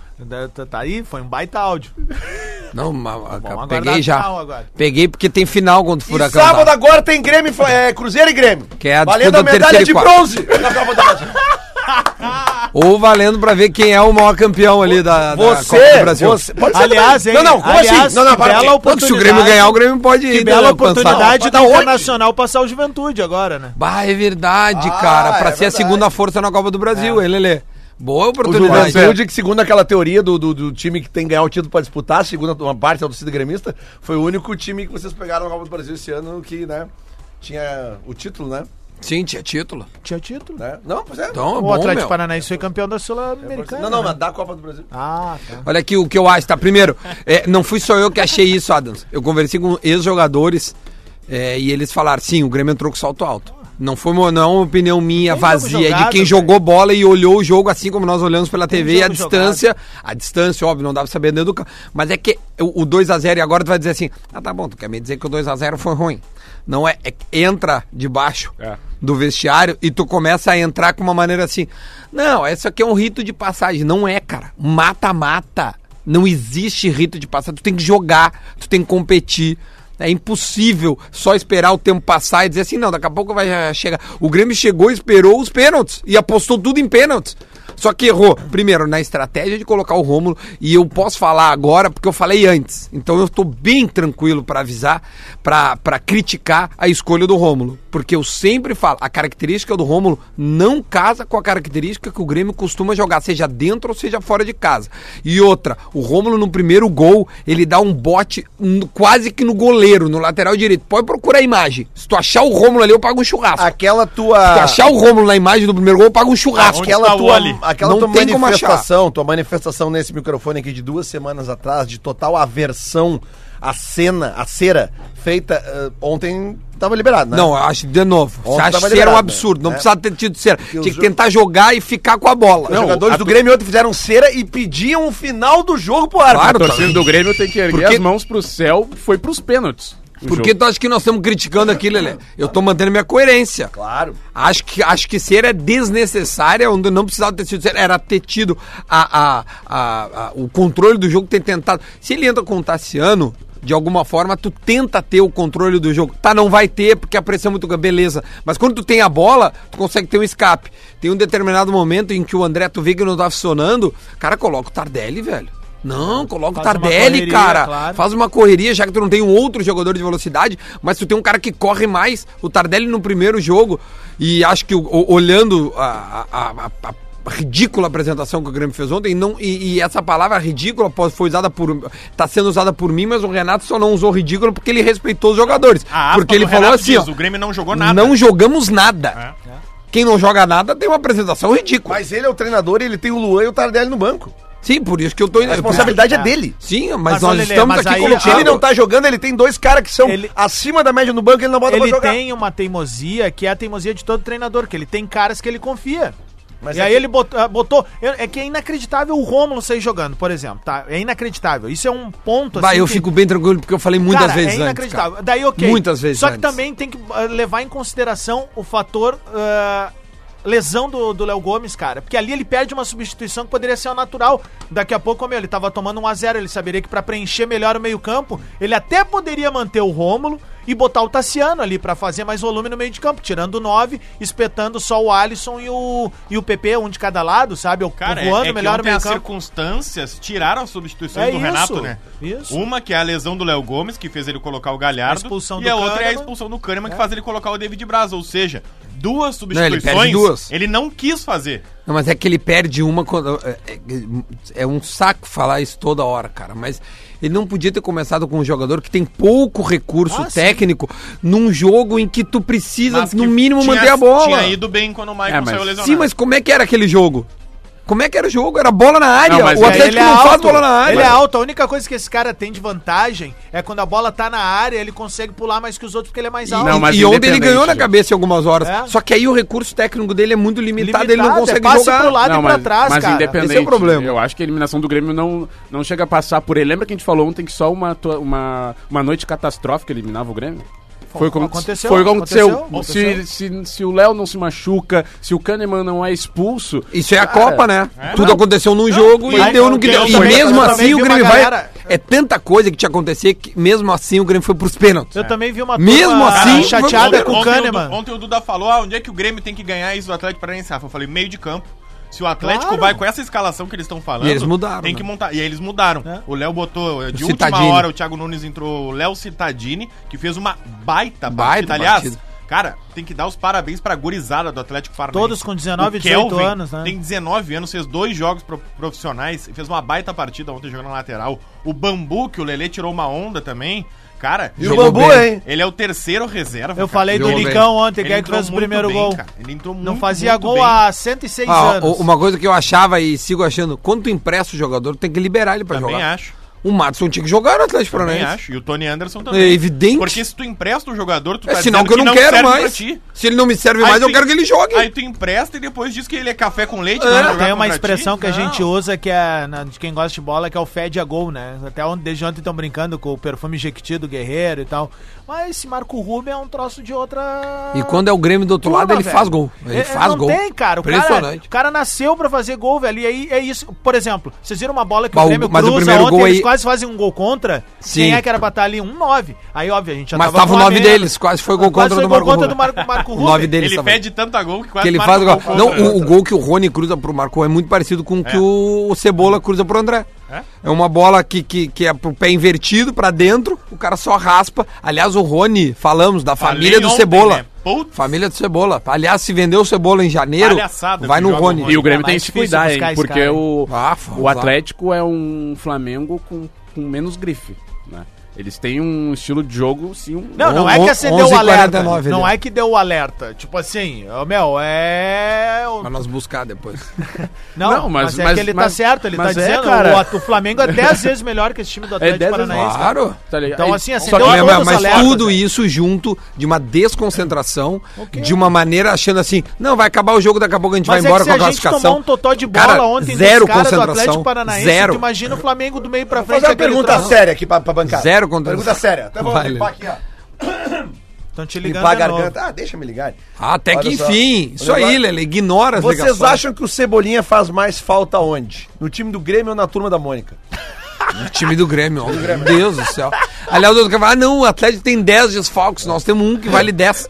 F: Tá- Tá aí, foi um baita áudio.
C: Não, ma-
F: aguardar
C: peguei
F: a
C: já.
F: final agora.
C: Peguei porque tem final contra o
E: E
C: Furacão.
E: sábado
C: tá?
E: agora tem Grêmio, e Fla- é, Cruzeiro e Grêmio.
C: Que é a
E: Valendo
C: disputa
E: a
C: do
E: medalha
C: terceiro
E: de
C: e quarto.
E: bronze na Copa do Brasil.
C: Ou valendo pra ver quem é o maior campeão ali da, da Copa
E: Você,
C: do Brasil.
E: você. Pode ser
F: Aliás, hein?
E: também. Não, não, como
F: aliás,
E: assim? Não, não,
F: que
E: para um pouquinho.
F: bela
C: Não, que
F: oportunidade.
C: se o Grêmio ganhar, o Grêmio pode
F: Que
C: ir,
F: bela
C: né,
F: oportunidade
C: alcançar.
F: do Internacional passar o Juventude agora, né?
C: Bah, é verdade,
E: Ah,
C: cara. Pra
E: é
C: ser a
E: verdade.
C: segunda força na Copa do
G: É.
C: Brasil, hein, Lelê? Boa
E: O
C: oportunidade.
E: Juventude, que segundo aquela teoria do, do, do time que tem que ganhar o título pra disputar, segundo uma parte da torcida gremista, foi o único time que vocês pegaram na Copa do Brasil esse ano que, né, tinha o título, né?
C: Sim, tinha título.
F: Tinha título.
E: né? Não, pois é.
C: Então, é
F: O
C: bom,
F: Atlético
C: meu.
F: Paranaense foi campeão da Sul-Americana.
E: não, não,
F: né?
E: mas da Copa do Brasil.
F: Ah, tá.
C: Olha aqui o que eu acho, tá? Primeiro, é, não fui só eu que achei isso, Adams. Eu conversei com ex-jogadores é, e eles falaram, sim, o Grêmio entrou com salto alto. Não foi uma, não é uma opinião minha
F: Tem
C: vazia, é
F: jogo
C: de
F: jogado,
C: quem
F: velho.
C: jogou bola e olhou o jogo assim como nós olhamos pela TV e à
F: jogo jogado.
C: distância. A distância, óbvio, não dava pra saber dentro do campo. Mas é que o, o 2x0 e agora tu vai dizer assim, ah, tá bom, tu quer me dizer que o 2x0 foi ruim. Não é, é que entra debaixo do vestiário e tu começa a entrar com uma maneira assim, não, isso aqui é um rito de passagem. Não é, cara. Mata-mata. Não existe rito de passagem. Tu tem que jogar, tu tem que competir. É impossível só esperar o tempo passar e dizer assim, não, daqui a pouco vai eh, chegar. O Grêmio chegou, esperou os pênaltis e apostou tudo em pênaltis. Só que errou, primeiro, na estratégia de colocar o Rômulo, e eu posso falar agora porque eu falei antes. Então eu tô bem tranquilo pra avisar, pra pra criticar a escolha do Rômulo, porque eu sempre falo, a característica do Rômulo não casa com a característica que o Grêmio costuma jogar, seja dentro ou seja fora de casa. E outra, o Rômulo no primeiro gol, ele dá um bote no- quase que no goleiro, no lateral direito. Pode procurar a imagem. Se tu achar o Rômulo ali, eu pago um churrasco.
E: Aquela
C: Se tu
E: tua.
C: achar o Rômulo na imagem do primeiro gol, eu pago um churrasco.
E: Aquela
H: tá o
E: tua,
H: Oli?
E: aquela
C: Não
E: tua
C: tem como
E: manifestação, tua manifestação nesse microfone aqui de duas semanas atrás, de total aversão à cena, à cera, feita eh, ontem, tava liberado, né?
C: Não, eu acho de novo.
E: Ontem
C: Você acha
E: tava
C: que era um
E: liberado,
C: absurdo.
E: né?
C: Não
E: É.
C: precisava ter tido cera.
E: os
C: Tinha que
E: jo-
C: tentar jogar e ficar com a bola.
E: Os jogadores do Grêmio ontem fizeram cera e pediam o final do jogo pro
C: Claro, tá.
E: árbitro.
G: torcida do Grêmio tem que erguer
C: Porque-
G: as mãos pro céu, foi pros pênaltis.
C: Por que tu acha que nós estamos criticando aqui, Lelé? Eu tô mantendo minha coerência.
E: Claro.
C: Acho que, acho que ser é desnecessária, onde não precisava ter sido ser, era ter tido a, a, a, a- o controle do jogo, ter tentado. Se ele entra com o Tassiano, de alguma forma, tu tenta ter o controle do jogo. Tá, não vai ter, porque a pressão é muito grande, beleza. Mas quando tu tem a bola, tu consegue ter um escape. Tem um determinado momento em que o André, tu vê que não tá funcionando, cara, coloca o Tardelli, velho. Não, coloca
F: Faz
C: o
F: uma
C: Tardelli,
F: correria,
C: cara.
F: claro.
C: Faz uma correria, já que tu não tem um outro jogador de velocidade, mas tu tem um cara que corre mais. O Tardelli no primeiro jogo, e acho que o- o- olhando a, a- a- a- a ridícula apresentação que o Grêmio fez ontem, não, e, e essa palavra ridícula pô, foi usada por. tá sendo usada por mim, mas o Renato só não usou ridículo porque ele respeitou os jogadores.
F: Ah,
H: A aspa
C: porque ele
H: do
C: falou
H: Renato
C: assim,
H: diz,
C: ó,
H: o Grêmio não jogou nada.
C: não jogamos nada. Quem não joga nada tem uma apresentação ridícula.
E: Mas ele é o treinador e ele tem o Luan e o Tardelli no banco.
C: Sim, por isso que eu tô.
E: A responsabilidade é dele.
C: Sim, mas,
F: Mas, ô,
C: nós
F: Lelê,
C: estamos
F: mas
C: aqui
F: aí-
E: Se
C: colocando.
E: ele não tá jogando, ele tem dois caras que são
F: Ele-
E: acima da média no banco, ele não bota pra
F: Ele
E: jogar.
F: tem uma teimosia que é a teimosia de todo treinador, que ele tem caras que ele confia.
E: Mas
F: e
E: é
F: aí
E: que-
F: ele bot- ah, botou, É é que é inacreditável o Rômulo sair jogando, por exemplo, tá? É inacreditável. Isso é um ponto
C: Vai, eu
F: que-
C: fico bem tranquilo porque eu falei muitas
F: Cara,
C: vezes
F: é
C: antes.
F: inacreditável.
C: Cara.
F: Daí, ok.
C: Muitas vezes
F: Só que
C: antes.
F: também tem que ah, levar em consideração o fator ah, lesão do do Léo Gomes, cara. Porque ali ele perde uma substituição que poderia ser a natural. Daqui a pouco, meu, ele tava tomando 1x0. Ele saberia que pra preencher melhor o meio-campo, ele até poderia manter o Rômulo e botar o Tassiano ali pra fazer mais volume no meio de campo, tirando o 9, espetando só o Alisson e o, e o PP, um de cada lado, sabe? O
H: Cara, é,
F: voando
H: é
F: melhor o
H: que ontem
F: meio
H: as
F: campo.
H: circunstâncias tiraram as substituições
F: É
H: do
F: isso,
H: Renato, né?
F: isso.
H: Uma que é a lesão do Léo Gomes, que fez ele colocar o Galhardo.
F: A expulsão
H: e
F: do
H: a outra é a
F: Kahneman.
H: expulsão do Kahneman, que faz ele colocar o David Braz. Ou seja, duas
C: ele perde
H: substituições
C: duas.
H: ele não quis fazer.
C: Não, mas é que ele perde uma quando. é- é- É um saco falar isso toda hora, cara. Mas ele não podia ter começado com um jogador que tem pouco recurso
F: Ah, sim.
C: técnico num jogo em que tu precisa,
H: Mas
C: no
H: que
C: mínimo,
H: tinha-
C: manter a bola.
H: Tinha ido bem quando o Michael
D: É, mas-
H: saiu lesionado.
C: Sim, mas como é que era aquele jogo? Como é que era o jogo? Era bola na área.
D: Não, mas
C: o
D: é,
C: Atlético
F: ele é
C: não faz
F: alto,
C: bola na área.
F: Ele é alto, a única coisa que esse cara tem de vantagem é quando a bola tá na área, ele consegue pular mais que os outros porque ele é mais alto.
D: Não, mas
C: e ontem ele
D: independente
C: ganhou na
D: disso.
C: cabeça em algumas horas.
F: É.
C: Só que aí o recurso técnico dele é muito limitado, ele não
F: Limitado, é
C: consegue
F: passe
C: jogar.
F: pro lado e pra trás,
D: mas
F: cara.
D: independente.
C: Esse é o problema.
D: Eu acho que a eliminação do Grêmio não, não chega a passar por ele. Lembra que a gente falou ontem que só uma, atua- uma, uma noite catastrófica eliminava o Grêmio? Foi como
F: Aconteceu,
D: Foi como aconteceu. Se-
F: aconteceu,
D: Se, se, o Léo não se machuca, se o Kahneman não é expulso.
C: Isso é a Copa, né? Tudo aconteceu num jogo e
F: mas
C: deu no
F: eu
C: que deu. E
F: também-
C: mesmo
F: eu
C: assim
F: também
C: o
F: vi uma
C: Grêmio vai.
F: galera-
C: É tanta coisa que tinha acontecer que mesmo assim o Grêmio foi pros pênaltis.
F: Eu também vi uma
C: Mesmo
F: turma
C: assim,
F: chateada
C: ontem-
F: com o
H: Du-
F: Kahneman.
H: ontem o Duda falou: ah, onde é que o Grêmio tem que ganhar isso do Atlético Paranaense? Rafa, eu falei, meio de campo. Se o Atlético
F: Claro.
H: vai com essa escalação que eles estão falando,
C: E eles mudaram,
H: tem que
C: né?
H: montar. E aí eles mudaram.
F: É.
H: O Léo botou eh, de
C: O
H: última
C: Cittadini.
H: hora, o Thiago Nunes entrou o Léo Cittadini, que fez uma baita,
C: Baita
H: partida. Aliás,
C: partida.
H: cara, tem que dar os parabéns pra gurizada do Atlético Paranaense.
F: Todos com 19
H: O
F: e 18
H: Kelvin
F: anos, né?
H: Tem 19 anos, fez dois jogos pro- profissionais, e fez uma baita partida ontem jogando na lateral. O Bambu, que o Lelê tirou uma onda também. Cara,
E: E o
C: Jogou
E: Bambu,
C: bem.
F: Tá
E: hein?
H: ele é o terceiro reserva.
F: Eu falei do
C: Jogou bem.
F: Licão ontem,
H: Ele
F: que é que
H: entrou
F: fez o
H: muito
F: primeiro
H: bem,
F: gol.
H: cara. Ele entrou
F: Não
H: muito,
F: fazia
H: muito
F: gol
H: bem.
F: há 106
C: Ah, ó,
F: anos.
C: uma coisa que eu achava e sigo achando, quando tu empresta o jogador, tu tem que liberar ele pra
H: Também
C: jogar.
H: acho.
C: O Madison tinha que jogar no Atlético
H: Também
C: Paranaense.
H: acho. E o Tony Anderson também.
C: É evidente.
H: Porque se tu empresta o jogador, tu
C: É
H: tá
C: sinal
H: dizendo
C: que eu não,
H: serve
C: quero
H: pra
C: mais.
H: ti.
C: Se ele não me serve
H: Aí
C: mais, eu
H: tu-
C: quero que ele jogue.
H: Aí tu empresta e depois diz que ele é café com leite.
F: É,
H: vai jogar
F: tem uma
H: contra
F: expressão
H: ti.
F: que a gente
H: Não.
F: usa que é na- de quem gosta de bola, que é o fede a gol, né? Até onde, desde ontem estão brincando com o perfume Jequiti do Guerreiro e tal. Mas esse Marco Rubio é um troço de outra.
C: E quando é o Grêmio do outro lado, ele faz gol. Ele faz
F: É, não
C: gol.
F: Tem, cara. O cara,
C: Impressionante.
F: o cara nasceu pra fazer gol, velho. E aí é isso. Por exemplo, vocês viram uma bola que
C: Mas o-
F: o Grêmio
C: mas o
F: cruza
C: primeiro
F: ontem,
C: gol
F: eles
C: aí-
F: quase fazem um gol contra.
C: Sim.
F: Quem é que era pra estar ali? Um 9. Aí, óbvio, a gente já
C: Mas tava o
F: com um a
C: 9
F: menos.
C: deles, quase foi gol
F: Quase
C: contra
F: foi
C: do
F: gol
C: Marco
F: contra
C: Rubio.
F: do Mar- Marco
C: O
F: Rubio.
C: 9 deles
H: Ele
C: também.
H: pede tanta gol que quase
C: que ele
H: marca
C: faz
H: um
C: agora.
H: gol
C: Não,
H: contra.
C: o, o gol que o Rony cruza pro Marco é muito parecido com o que o, o Cebola cruza pro André. É, uma bola que, que, que é pro pé invertido, pra dentro, o cara só raspa. Aliás, o Rony, falamos, da
H: Falei
C: família do
H: ontem,
C: Cebola.
H: né? Putz.
C: Família do Cebola. Aliás, se vendeu o Cebola em janeiro,
H: Palhaçada
C: vai
H: que
C: no
H: joga o
C: Rony.
H: Rony.
D: E o Grêmio
F: É
D: tem
F: mais
D: que se
F: difícil
D: cuidar, hein?
F: buscar esse
D: Porque
F: cara, hein?
D: o,
C: Ah, vamos
D: o
C: lá.
D: Atlético é um Flamengo com, com menos grife, né? Eles têm um estilo de jogo, sim. um-
F: Não, não é
C: On-
F: que acendeu o
C: 11:49
F: alerta. Não
C: ele.
F: é que deu o alerta. Tipo assim, ô, meu, é.
C: Pra nós buscar depois.
F: Não,
D: Não, mas-
F: mas, é
D: mas-
F: que ele
D: mas-
F: tá certo, ele tá
D: mas é,
F: dizendo.
D: cara. É
F: o at- O, Flamengo é 10 vezes melhor que esse time do Atlético
D: dez vezes
F: Paranaense. cara.
C: Claro.
D: Tá ligado?
F: Então,
D: Aí-
F: assim,
C: Só
F: acendeu
C: que,
F: todos
C: mas,
F: os
C: mas
F: alertas,
C: tudo
F: né?
C: isso junto de uma desconcentração, de uma maneira achando assim, não, vai acabar o jogo, daqui a pouco a gente
F: Mas
C: vai embora
F: é que
C: com a
F: se a gente
C: classificação.
F: tomar um totó de bola
C: Cara,
F: ontem
C: zero
F: do
C: concentração,
F: Atlético Paranaense,
C: zero.
F: tu imagina o Flamengo do meio pra
E: Vou
F: frente. é
E: fazer uma
F: aquele
E: pergunta
F: troço.
E: séria aqui pra, pra bancada.
C: Zero contra-
E: Pergunta séria. Até vou
C: Vai,
E: limpar
C: Lelê.
E: aqui, ó.
F: Estão te ligando
E: limpar a
F: de novo.
E: garganta. Ah, deixa me ligar.
C: Ah, Até que
E: Olha só.
C: enfim. Isso
E: Olha
C: aí,
E: lá.
C: Lele. Ignora as
E: Vocês
C: ligações.
E: acham que o Cebolinha faz mais falta onde? No time do Grêmio ou na turma da Mônica?
C: O time do Grêmio, ó. Meu Deus do céu. Aliás, o outro cara fala, ah, não, o Atlético tem 10 desfalques. Nós temos um que vale 10.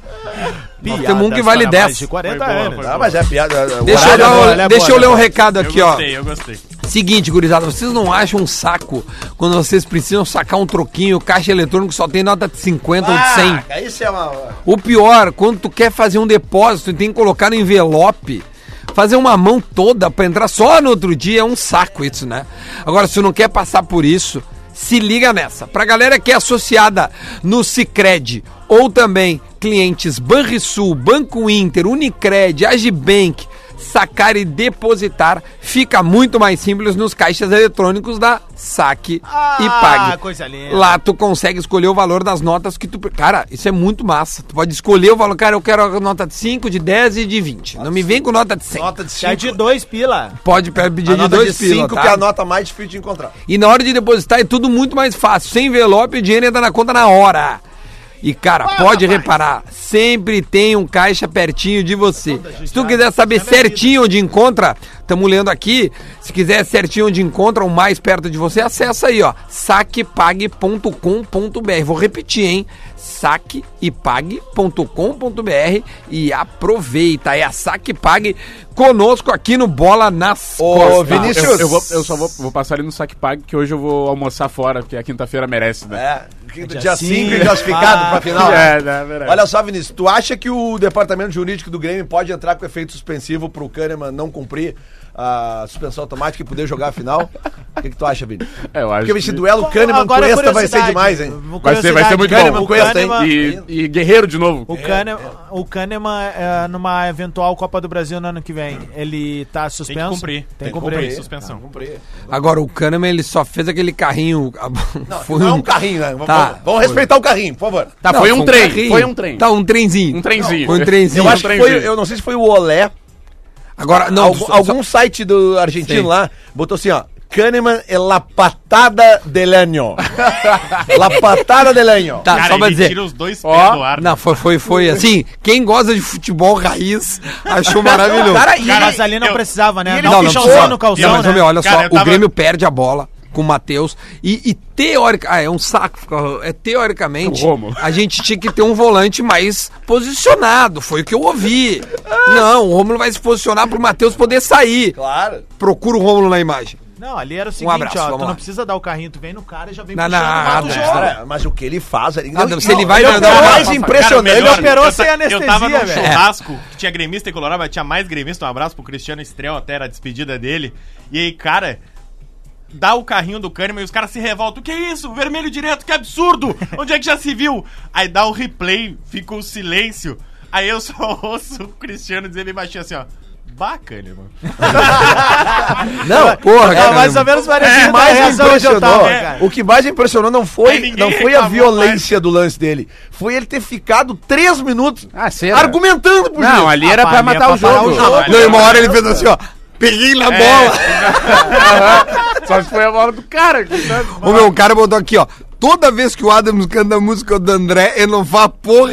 C: Nós temos um que
F: Piadas
C: vale
F: para mais
C: 10.
F: De
G: Foi
F: 40
G: boa,
F: anos.
G: foi
E: Ah, mas é piada.
C: Deixa eu,
F: Olha,
C: dar um-
F: olha,
C: deixa eu
F: olha.
C: ler um recado aqui,
G: eu
C: ó.
G: gostei, eu gostei.
C: Seguinte, gurizada, vocês não acham um saco quando vocês precisam sacar um troquinho, caixa eletrônico só tem nota de 50 ou de 100?
E: Ah, isso é uma...
C: O pior, quando tu quer fazer um depósito e tem que colocar no envelope, fazer uma mão toda pra entrar só no outro dia é um saco isso, né? Agora, se tu não quer passar por isso, se liga nessa. Pra galera que é associada no Cicred ou também clientes Banrisul, Banco Inter, Unicred, Agibank, sacar e depositar fica muito mais simples nos caixas eletrônicos da Saque e
F: Ah,
C: Pague.
F: coisa linda.
C: Lá Ah, tu consegue escolher o valor das notas que tu. Cara, isso é muito massa. Tu pode escolher o valor. Cara, eu quero a nota de 5, de 10 e de 20. Não me vem com nota de 100.
E: Nota de
F: Já
E: 5.
F: é de dois pila.
C: Pode pe- pedir de
E: nota
C: 2
E: cinco,
C: pila,
E: que é
C: tá?
E: a nota mais difícil de encontrar.
C: E na hora de depositar é tudo muito mais fácil. Sem envelope, o dinheiro entra na conta na hora. E cara, pode reparar, sempre tem um caixa pertinho de você. Se tu quiser saber certinho onde encontra, estamos lendo aqui. Se quiser certinho onde encontra ou mais perto de você, acessa aí, ó, saquepague.com.br. Vou repetir, hein? saquepague.com.br e aproveita. É a Saquepague conosco aqui no Bola nas
E: Ô,
C: Costas.
E: Vinícius.
D: Eu, eu vou- eu só vou, vou passar ali no saque pago que hoje eu vou almoçar fora, porque a quinta-feira merece, né?
E: É, dia
F: dia
E: 5
F: cinco, ah, é,
E: classificado
F: pá.
C: É,
E: pra final.
D: né, verdade.
E: Olha só, Vinícius, tu acha que o departamento jurídico do Grêmio pode entrar com efeito suspensivo pro Kahneman não cumprir a suspensão automática e poder jogar a final? O que, que tu acha, Vini?
D: É, eu acho
E: Porque esse
D: que-
E: duelo
F: Agora,
E: Kahneman-Cuesta vai ser
F: curiosidade.
E: demais, hein?
D: Vai ser, vai ser muito
E: Kahneman
D: bom.
E: com esta, hein?
F: Kahneman-
D: E, e Guerreiro de novo.
F: O Kahneman, o Kahneman é, numa eventual Copa do Brasil no ano que vem, ele tá suspenso?
H: cumprir.
F: Tem que
H: Cumprir,
F: cumprir.
H: suspensão.
C: Agora, o Kahneman, ele só fez aquele carrinho. foi
E: Não é um carrinho, né? Vamos,
C: Tá.
E: vamos- vamos respeitar o carrinho, por favor.
D: Tá,
C: Não,
D: foi um trem.
C: carrinho.
D: Foi um trem.
C: Tá, um trenzinho.
D: Um trenzinho.
C: Foi um trenzinho.
E: Eu acho que
D: trenzinho.
E: foi, eu não sei se foi o Olé,
C: Agora, não,
E: algum,
C: só-
E: algum site do argentino
C: Sim.
E: lá, botou assim, ó. Kahneman é la patada del año. la patada del año.
C: Tá,
H: Cara,
C: só pra
H: ele
C: dizer.
H: tira os dois pés
D: Ó,
H: do ar. né?
C: Não, foi, foi, foi assim. Quem gosta de futebol raiz achou maravilhoso.
E: Cara, e-
F: Mas ali não
H: eu-
F: precisava, né?
H: e ele
F: Dá um
C: não, não,
F: puxãozinho
C: precisa.
F: no
C: Não,
F: calção,
C: mas,
F: né?
C: homem, olha
H: Cara,
C: só,
H: eu tava-
C: o Grêmio perde a bola com o Matheus e, e teórica, ah, é um saco, fica- é teoricamente,
D: O Romo.
C: a gente tinha que ter um volante mais posicionado, foi o que eu ouvi. Não, o Romulo vai se posicionar pro Matheus poder sair.
E: Claro.
C: Procura o Romulo na imagem.
F: Não, ali era o seguinte,
C: abraço,
F: ó,
C: vamos
F: tu não
C: lá.
F: precisa dar o carrinho, tu vem no cara e já vem
C: Não,
F: puxando,
C: não,
F: mata o
C: não,
F: jogo.
C: não.
E: Cara, mas o que ele faz ali.
C: tá. Ah, não, se ele vai
E: ele é o
C: mandar uma-
E: mais impressionante.
F: melhor-
E: Ele é o-
F: operou
H: eu
F: sem
H: ta-
F: anestesia,
H: Eu tava num
F: velho.
H: churrasco que tinha gremista e colorado, mas tinha mais gremista. Um abraço pro Cristiano Estrel até era a despedida dele. E aí, cara, dá o carrinho do Kahneman e os caras se revoltam. Que isso? Vermelho direto, que absurdo! Onde é que já se viu? Aí dá o replay, fica o silêncio. Aí eu só ouço o Cristiano dizer bem baixinho assim, ó. Bacana, mano.
C: Não, porra,
F: É
C: cara.
F: mais ou menos parecido
E: O que mais me impressionou,
F: cara.
E: o que mais me impressionou não
H: Aí
E: foi,
H: ninguém
E: não foi a
H: reclamou
E: violência do lance dele. Foi ele ter ficado três minutos
D: Ah, sério?
E: argumentando pro
D: Não,
E: juiz.
D: ali era
F: Ah,
D: pra
F: ali é
D: matar né? É.
E: tá
F: pra
D: o
F: parar
D: jogo.
F: o
H: jogo.
C: Não, e uma hora ele fez assim, ó. Peguei na bola.
D: Só que foi a bola do cara. né?
C: O meu cara botou aqui, ó. Toda vez que o Adams canta a música do André, ele não faz porra.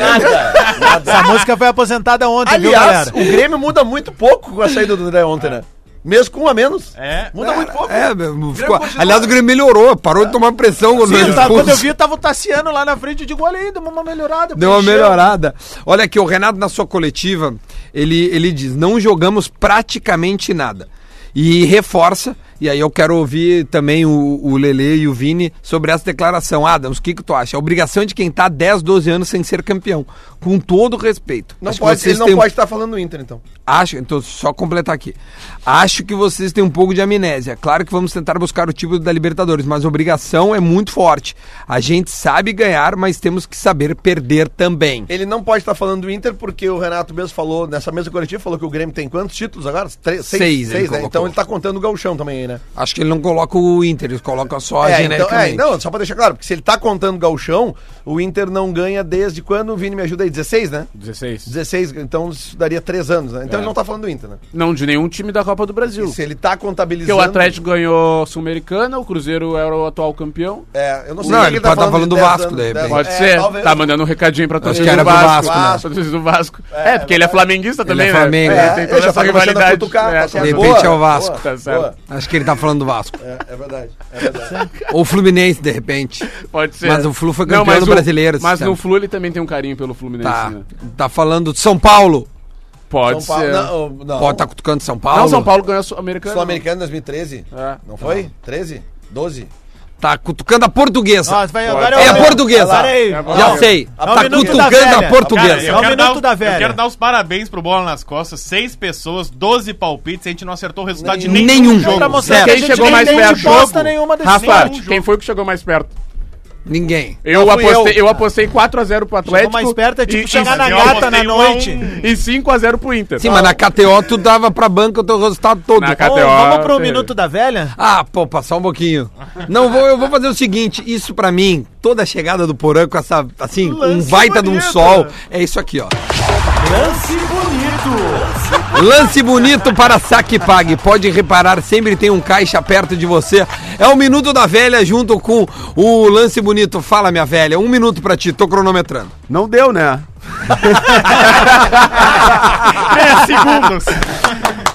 F: Essa música foi aposentada ontem, viu,
E: Aliás,
F: galera?
E: o Grêmio muda muito pouco com a saída do André ontem, né? Mesmo com um a menos.
H: É.
E: Muda muito pouco.
C: É, meu, ficou- aliás, o Grêmio melhorou, parou de tomar pressão quando ele
F: Sim, tá- quando eu
C: expulso.
F: vi, tava o Tassiano lá na frente, eu digo, olha aí, deu uma melhorada.
C: Deu uma
F: preencheu.
C: melhorada. Olha aqui, o Renato, na sua coletiva, ele, ele diz: não jogamos praticamente nada. E reforça, e aí eu quero ouvir também o, o Lele e o Vini sobre essa declaração. Adams, o que, que tu acha? A obrigação de quem tá há 10, 12 anos sem ser campeão. Com todo respeito.
E: Não
C: Acho que
E: pode,
C: vocês
E: ele não
C: têm- um
E: pode estar falando do Inter, então.
C: Acho, então só completar aqui. Acho que vocês têm um pouco de amnésia. Claro que vamos tentar buscar o título da Libertadores, mas a obrigação é muito forte. A gente sabe ganhar, mas temos que saber perder também.
E: Ele não pode estar falando do Inter porque o Renato mesmo falou, nessa mesa coletiva, falou que o Grêmio tem quantos títulos agora? Três, seis,
C: Seis, ele
E: seis né?
C: colocou.
E: Então ele tá contando o gauchão também aí, né?
C: Acho que ele não coloca o Inter, ele coloca só
E: É, então,
C: genericamente.
E: é, não, só pra deixar claro, porque se ele tá contando gauchão, o Inter não ganha desde quando? O Vini me ajuda aí, 16, né?
D: 16.
E: 16, então isso daria 3 anos, né? Então ele não tá falando do Inter, né?
D: Não, de nenhum time da Copa do
E: E
D: Brasil.
E: se ele tá
D: Porque
E: contabilizando...
D: Hum. o Atlético ganhou Sul-Americana, o Cruzeiro era o atual campeão.
E: É, eu não sei
C: Não,
E: se
C: ele pode tá falando do
E: de 10
C: Vasco,
E: anos,
C: de
E: 10
C: repente.
E: anos.
D: Pode
E: É,
D: ser.
E: talvez.
D: Tá mandando um recadinho pra
C: Acho
D: torcida
C: que era
D: do
C: do
D: Vasco.
C: Vasco, né?
D: Pra torcida do Vasco. É, porque ele é flamenguista também,
C: é
D: né?
C: Flamengo.
E: É,
D: tem
E: ele
D: toda
E: já
D: essa
E: tá começando a
D: rivalidade.
E: cutucar.
D: É,
E: tá
D: tá
E: certo.
C: de
D: certo.
C: repente
E: Boa,
C: é o Vasco.
E: boa,
D: Tá certo.
E: boa.
C: Acho que ele tá falando do Vasco.
E: É, é verdade, é verdade.
C: Ou Fluminense, de repente.
D: Pode ser.
C: Mas o Flu foi campeão
D: mas
C: do
D: o-
C: brasileiro,
D: Mas
C: sabe?
D: no Flu ele também tem um carinho pelo Fluminense,
C: Tá,
D: né?
C: tá falando de São Paulo.
D: Pode
E: São Paulo,
D: ser. Não,
E: não, não.
C: Pode tá estar cutucando São Paulo.
D: São Paulo ganhou a Sul-Americana.
E: Sul-Americano 2013,
D: É.
E: não foi? 13? 12?
C: Tá cutucando a portuguesa.
F: Ó, vai- agora
C: é a
F: o-
C: portuguesa.
F: Para aí.
D: É
C: Já
D: Não,
C: sei.
F: é o
C: Tá
F: minuto da
C: cutucando
F: velha.
C: a
H: Cara,
C: portuguesa.
H: eu,
F: É o
H: quero
F: minuto
H: dar,
F: da velha.
H: eu quero dar os parabéns pro Bola nas Costas. Seis pessoas, 12 palpites. A gente não acertou o resultado de nenhum,
C: Nenhum.
H: jogo.
F: Pra mostrar
C: Zero.
F: que a
D: Quem
F: gente
D: chegou
F: nem
D: mais
F: tem
D: perto?
F: bosta nenhuma desse
D: Rafa,
H: jogo.
D: quem foi que chegou mais perto?
C: Ninguém.
D: Eu
E: Não fui
D: apostei, eu.
E: eu.
D: apostei 4x0 pro Atlético.
F: Chegou mais perto é tipo chegar na
H: e-
F: gata na
H: e- um a um.
F: noite.
D: E 5x0 pro Inter.
C: Sim, mas na KTO tu dava pra banca o teu resultado todo.
D: Na
F: Bom,
D: KTO.
F: vamos pro
D: é.
F: minuto da velha?
C: Ah, pô, passar um pouquinho. Não vou, eu vou fazer o seguinte, isso pra mim, toda a chegada do Porã com essa, assim, um baita de um sol, é isso aqui, ó. Lance bonito para saque e pague. Pode reparar, sempre tem um caixa perto de você. É o minuto da velha junto com o lance bonito. Fala, minha velha, um minuto pra ti, tô cronometrando.
D: Não deu, né?
H: 10 segundos.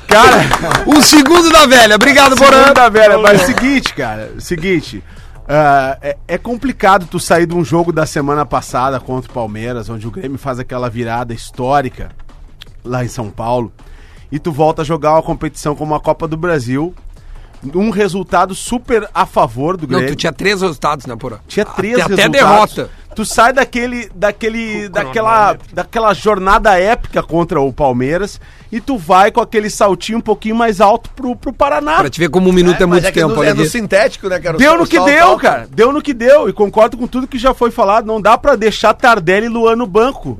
C: Cara, o segundo da velha. Obrigado, Porã.
K: Anda, velho, mas seguinte, cara, seguinte. ah, é, é complicado tu sair de um jogo da semana passada contra o Palmeiras, onde o Grêmio faz aquela virada histórica lá em São Paulo, e tu volta a jogar uma competição como a Copa do Brasil, um resultado super a favor do
C: Não,
K: Grêmio.
C: tu tinha três resultados, né, Porã?
K: Tinha três
C: até, até
K: resultados.
C: derrota.
K: Tu sai daquele, daquele, daquela, daquela jornada épica contra o Palmeiras e tu vai com aquele saltinho um pouquinho mais alto pro, pro Paraná.
C: Pra te ver como um minuto é,
E: Mas
C: muito
E: é que
C: tempo,
E: no,
C: olha
E: é no
C: aqui.
E: sintético, né, cara?
K: Deu
E: O
K: no que
E: sol
K: deu,
E: toca.
K: cara. Deu no que deu. E concordo com tudo que já foi falado. Não dá pra deixar Tardelli e Luan no banco.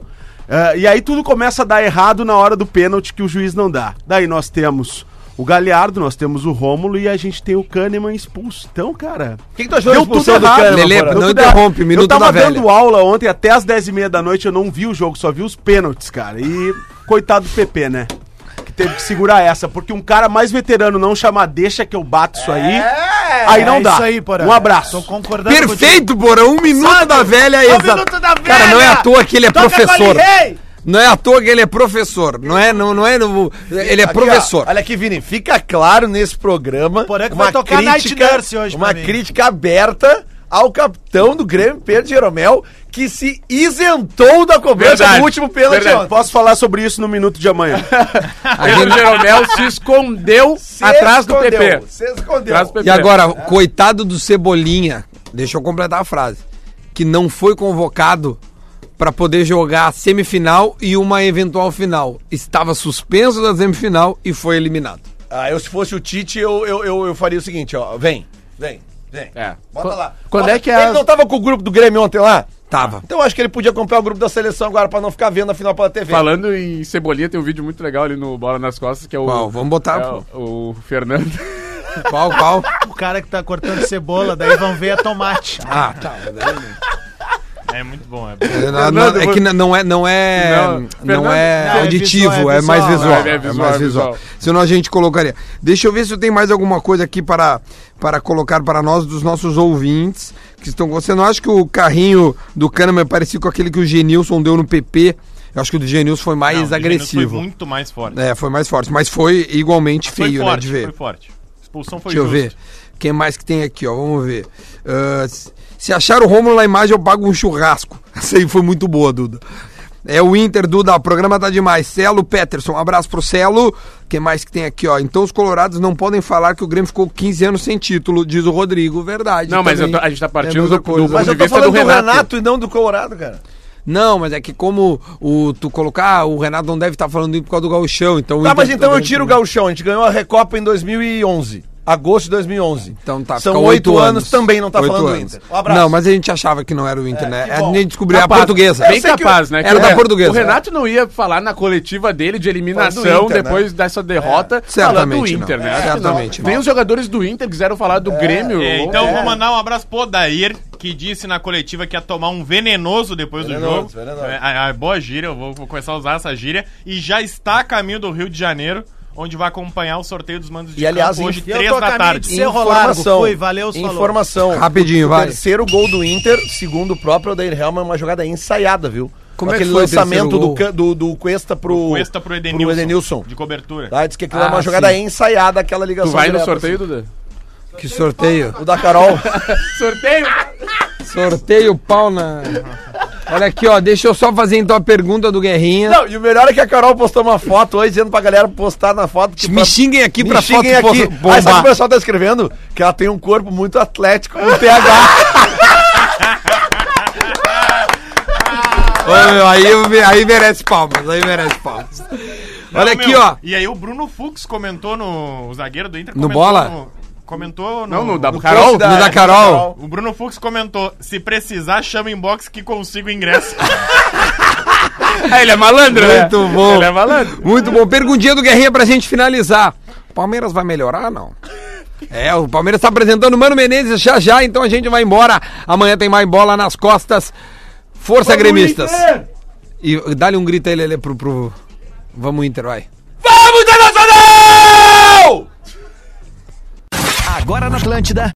K: Eh, e aí tudo começa a dar errado na hora do pênalti que o juiz não dá. Daí nós temos o Galhardo, nós temos o Rômulo e a gente tem o Kahneman expulso. Então, cara.
E: O que, que tu achou da
K: Deu
E: expulsão
K: tudo
E: do
K: errado.
E: Kahneman,
C: Lele,
E: Porã?
K: Deu
C: não
K: tudo errado.
C: interrompe, minuto
K: Eu tava
C: da velha.
K: dando aula ontem até as 10h30 da noite, eu não vi o jogo, só vi os pênaltis, cara. E coitado do PP, né? Que teve que segurar essa, porque um cara mais veterano não chamar deixa que eu bato isso aí, aí não
F: é
K: dá.
F: isso aí, Porã.
K: um abraço.
F: Tô concordando
C: Perfeito, Porã. Um minuto da velha exato.
F: minuto da
C: Cara, não é à
F: velha.
C: toa que ele é
F: Toca
C: professor.
F: com a Lirei.
C: Não é à toa que ele é professor. Não é, não, não é. no- Ele é
E: Aqui,
C: professor.
E: ó, olha aqui, Vini, fica claro nesse programa.
F: Porém é que vai tocar Night Nurse hoje
E: Uma
F: pra mim.
E: crítica aberta ao capitão do Grêmio, Pedro Jeromel, que se isentou da cobrança
D: Verdade,
E: do último pênalti
D: verdade.
E: ontem.
K: Posso falar sobre isso no minuto de amanhã.
D: Pedro Jeromel se escondeu
E: Se
D: atrás do
E: escondeu,
D: PP.
E: Se escondeu.
D: Atrás do PP.
C: E agora, coitado do Cebolinha, deixa eu completar a frase, que não foi convocado pra poder jogar a semifinal e uma eventual final. Estava suspenso da semifinal e foi eliminado.
E: Ah, eu se fosse o Tite, eu, eu, eu, eu faria o seguinte, ó. Vem, vem, vem.
D: É.
E: Bota
D: Qu-
E: lá.
D: quando
E: Bota-
D: é que é
E: Ele
D: as-
E: não tava com o grupo do Grêmio ontem lá?
C: Tava.
E: Então eu acho que ele podia acompanhar o grupo da seleção agora pra não ficar vendo a final pela TV.
D: Falando em Cebolinha, tem um vídeo muito legal ali no Bola nas Costas, que é o.
C: Qual? Vamos botar,
D: é o, o Fernando.
C: Qual, qual?
F: O cara que tá cortando cebola, daí vão ver a tomate.
C: Ah, tá.
H: É muito bom, é
C: Não, não, é que não é, não
D: Não,
C: é, não,
D: Fernando,
C: é
F: é
C: auditivo,
F: visual, é
C: é mais
F: visual.
C: visual.
D: É, é
C: É
D: visual, é
C: mais visual.
D: visual.
C: Senão a gente colocaria. Deixa eu ver se eu tenho mais alguma coisa aqui para, para colocar para nós dos nossos ouvintes que estão. Você não acha que o carrinho do Kahneman é parecido com aquele que o Genilson deu no PP? Eu acho que o do Genilson foi
H: Não, o
C: mais
H: Juventus
C: agressivo.
H: Foi muito mais forte.
C: É, foi mais forte, mas foi igualmente feio, né, de ver.
H: foi forte. Expulsão foi
C: Deixa eu ver.
H: justa.
C: Quem mais que tem aqui, ó? Vamos ver. Ah, s- se achar o Romulo na imagem, eu pago um churrasco. Essa aí foi muito boa, Duda. É o Inter, Duda. O programa tá demais. Celo Peterson, um abraço pro Celo. Quem mais que tem aqui, ó? Então os colorados não podem falar que o Grêmio ficou 15 anos sem título, diz o Rodrigo. Verdade.
D: Não, mas
C: também.
D: eu tô- a gente tá partindo
C: É a mesma
D: do-
C: coisa.
D: do-
E: Mas
D: de
E: eu tô
D: vista do
E: falando do Renato.
D: Renato.
E: e não do Colorado, cara.
C: Não, mas é que como o, tu colocar, o Renato tá não deve estar falando por causa do gauchão, então... o
E: Tá,
C: Inter
E: mas então
C: ficou
E: eu tiro o
C: grande, né?
E: gauchão. A gente ganhou a Recopa em 2011. agosto de 2011.
C: Então tá,
E: São
C: fica
E: oito
C: oito
E: anos,
C: anos.
E: também não tá
C: Oito
E: falando do
C: anos.
E: Inter. Um abraço. É,
C: Não, mas a gente achava que não era o Inter, né?
E: que
C: A
E: bom. Tá
C: gente descobriu a
D: Capaz.
C: portuguesa.
D: Bem capaz, né?
C: Era
D: que
C: da
D: o-
C: portuguesa.
D: O Renato não ia falar na coletiva dele de
E: Falar do
D: eliminação
E: Inter,
D: depois dessa derrota falando
C: né? É,
D: do
C: Certamente não.
D: Inter, né?
C: É,
D: Acho que não.
C: certamente não.
D: Nem os jogadores do Inter quiseram falar do Grêmio.
H: É,
D: ou-
H: então vou mandar um abraço pro Odair, que disse na coletiva que ia tomar um venenoso depois
E: Venenoso,
H: do jogo.
E: venenoso.
H: É, a, a boa gíria, eu vou, vou começar a usar essa gíria. E já está a caminho do Rio de Janeiro, onde vai acompanhar o sorteio dos mandos de
E: E, aliás,
H: campo hoje,
E: em-
F: eu tô
H: três
F: a
H: da
F: caminho
H: tarde.
F: de ser- Cerro Largo, foi, valeu, falou.
E: Informação.
C: Rapidinho,
E: o
C: vai.
E: terceiro gol do Inter, segundo o próprio Odair Helman, é uma jogada ensaiada, viu?
C: Como
E: Com
C: é que
E: Aquele
C: foi o
E: lançamento
C: terceiro
E: do,
C: gol?
E: Ca- do, do Cuesta pro,
H: Cuesta pro Edenilson,
E: Edenilson.
H: De cobertura.
E: Tá? Diz que aquilo é
C: Ah,
E: uma jogada
C: sim.
E: ensaiada, aquela ligação.
D: Tu vai no
E: direta,
D: sorteio, Duda?
C: Que sorteio.
E: assim. O da Carol.
D: Sorteio?
C: Sorteio pau na. Olha aqui, ó. Deixa eu só fazer então a pergunta do Guerrinha.
E: Não, e o melhor é que a Carol postou uma foto hoje, dizendo pra galera postar na foto. Que pra-
C: Tipo, Me xinguem aqui
E: Me
C: pra foto
E: xinguem aqui.
C: bo-
E: Aí sabe o
C: bombar.
E: que o pessoal tá escrevendo? Que ela tem um corpo muito atlético, um TH.
C: Ô, meu, aí, eu me- aí merece palmas, aí merece palmas.
H: Não,
C: Olha
H: meu,
C: aqui, ó.
H: E aí o Bruno Fux comentou no. O zagueiro do Inter
C: No
H: comentou
C: bola?
H: no- comentou no.
D: Não, não, da
H: no-
D: Carol.
C: No da Carol.
H: O Bruno Fux comentou: se precisar, chama o inbox que consigo ingresso.
D: Ah, ele é malandro, né?
C: Muito bom.
D: Ele é malandro.
C: Muito bom. Perguntinha do Guerrinha pra gente finalizar. O Palmeiras vai melhorar, não? É, o Palmeiras tá apresentando o Mano Menezes já já, então a gente vai embora. Amanhã tem mais bola nas costas. Força, gremistas. E e dá-lhe um grito aí, Lelê, pro, pro... Vamos, Inter, vai.
A: Agora na Atlântida,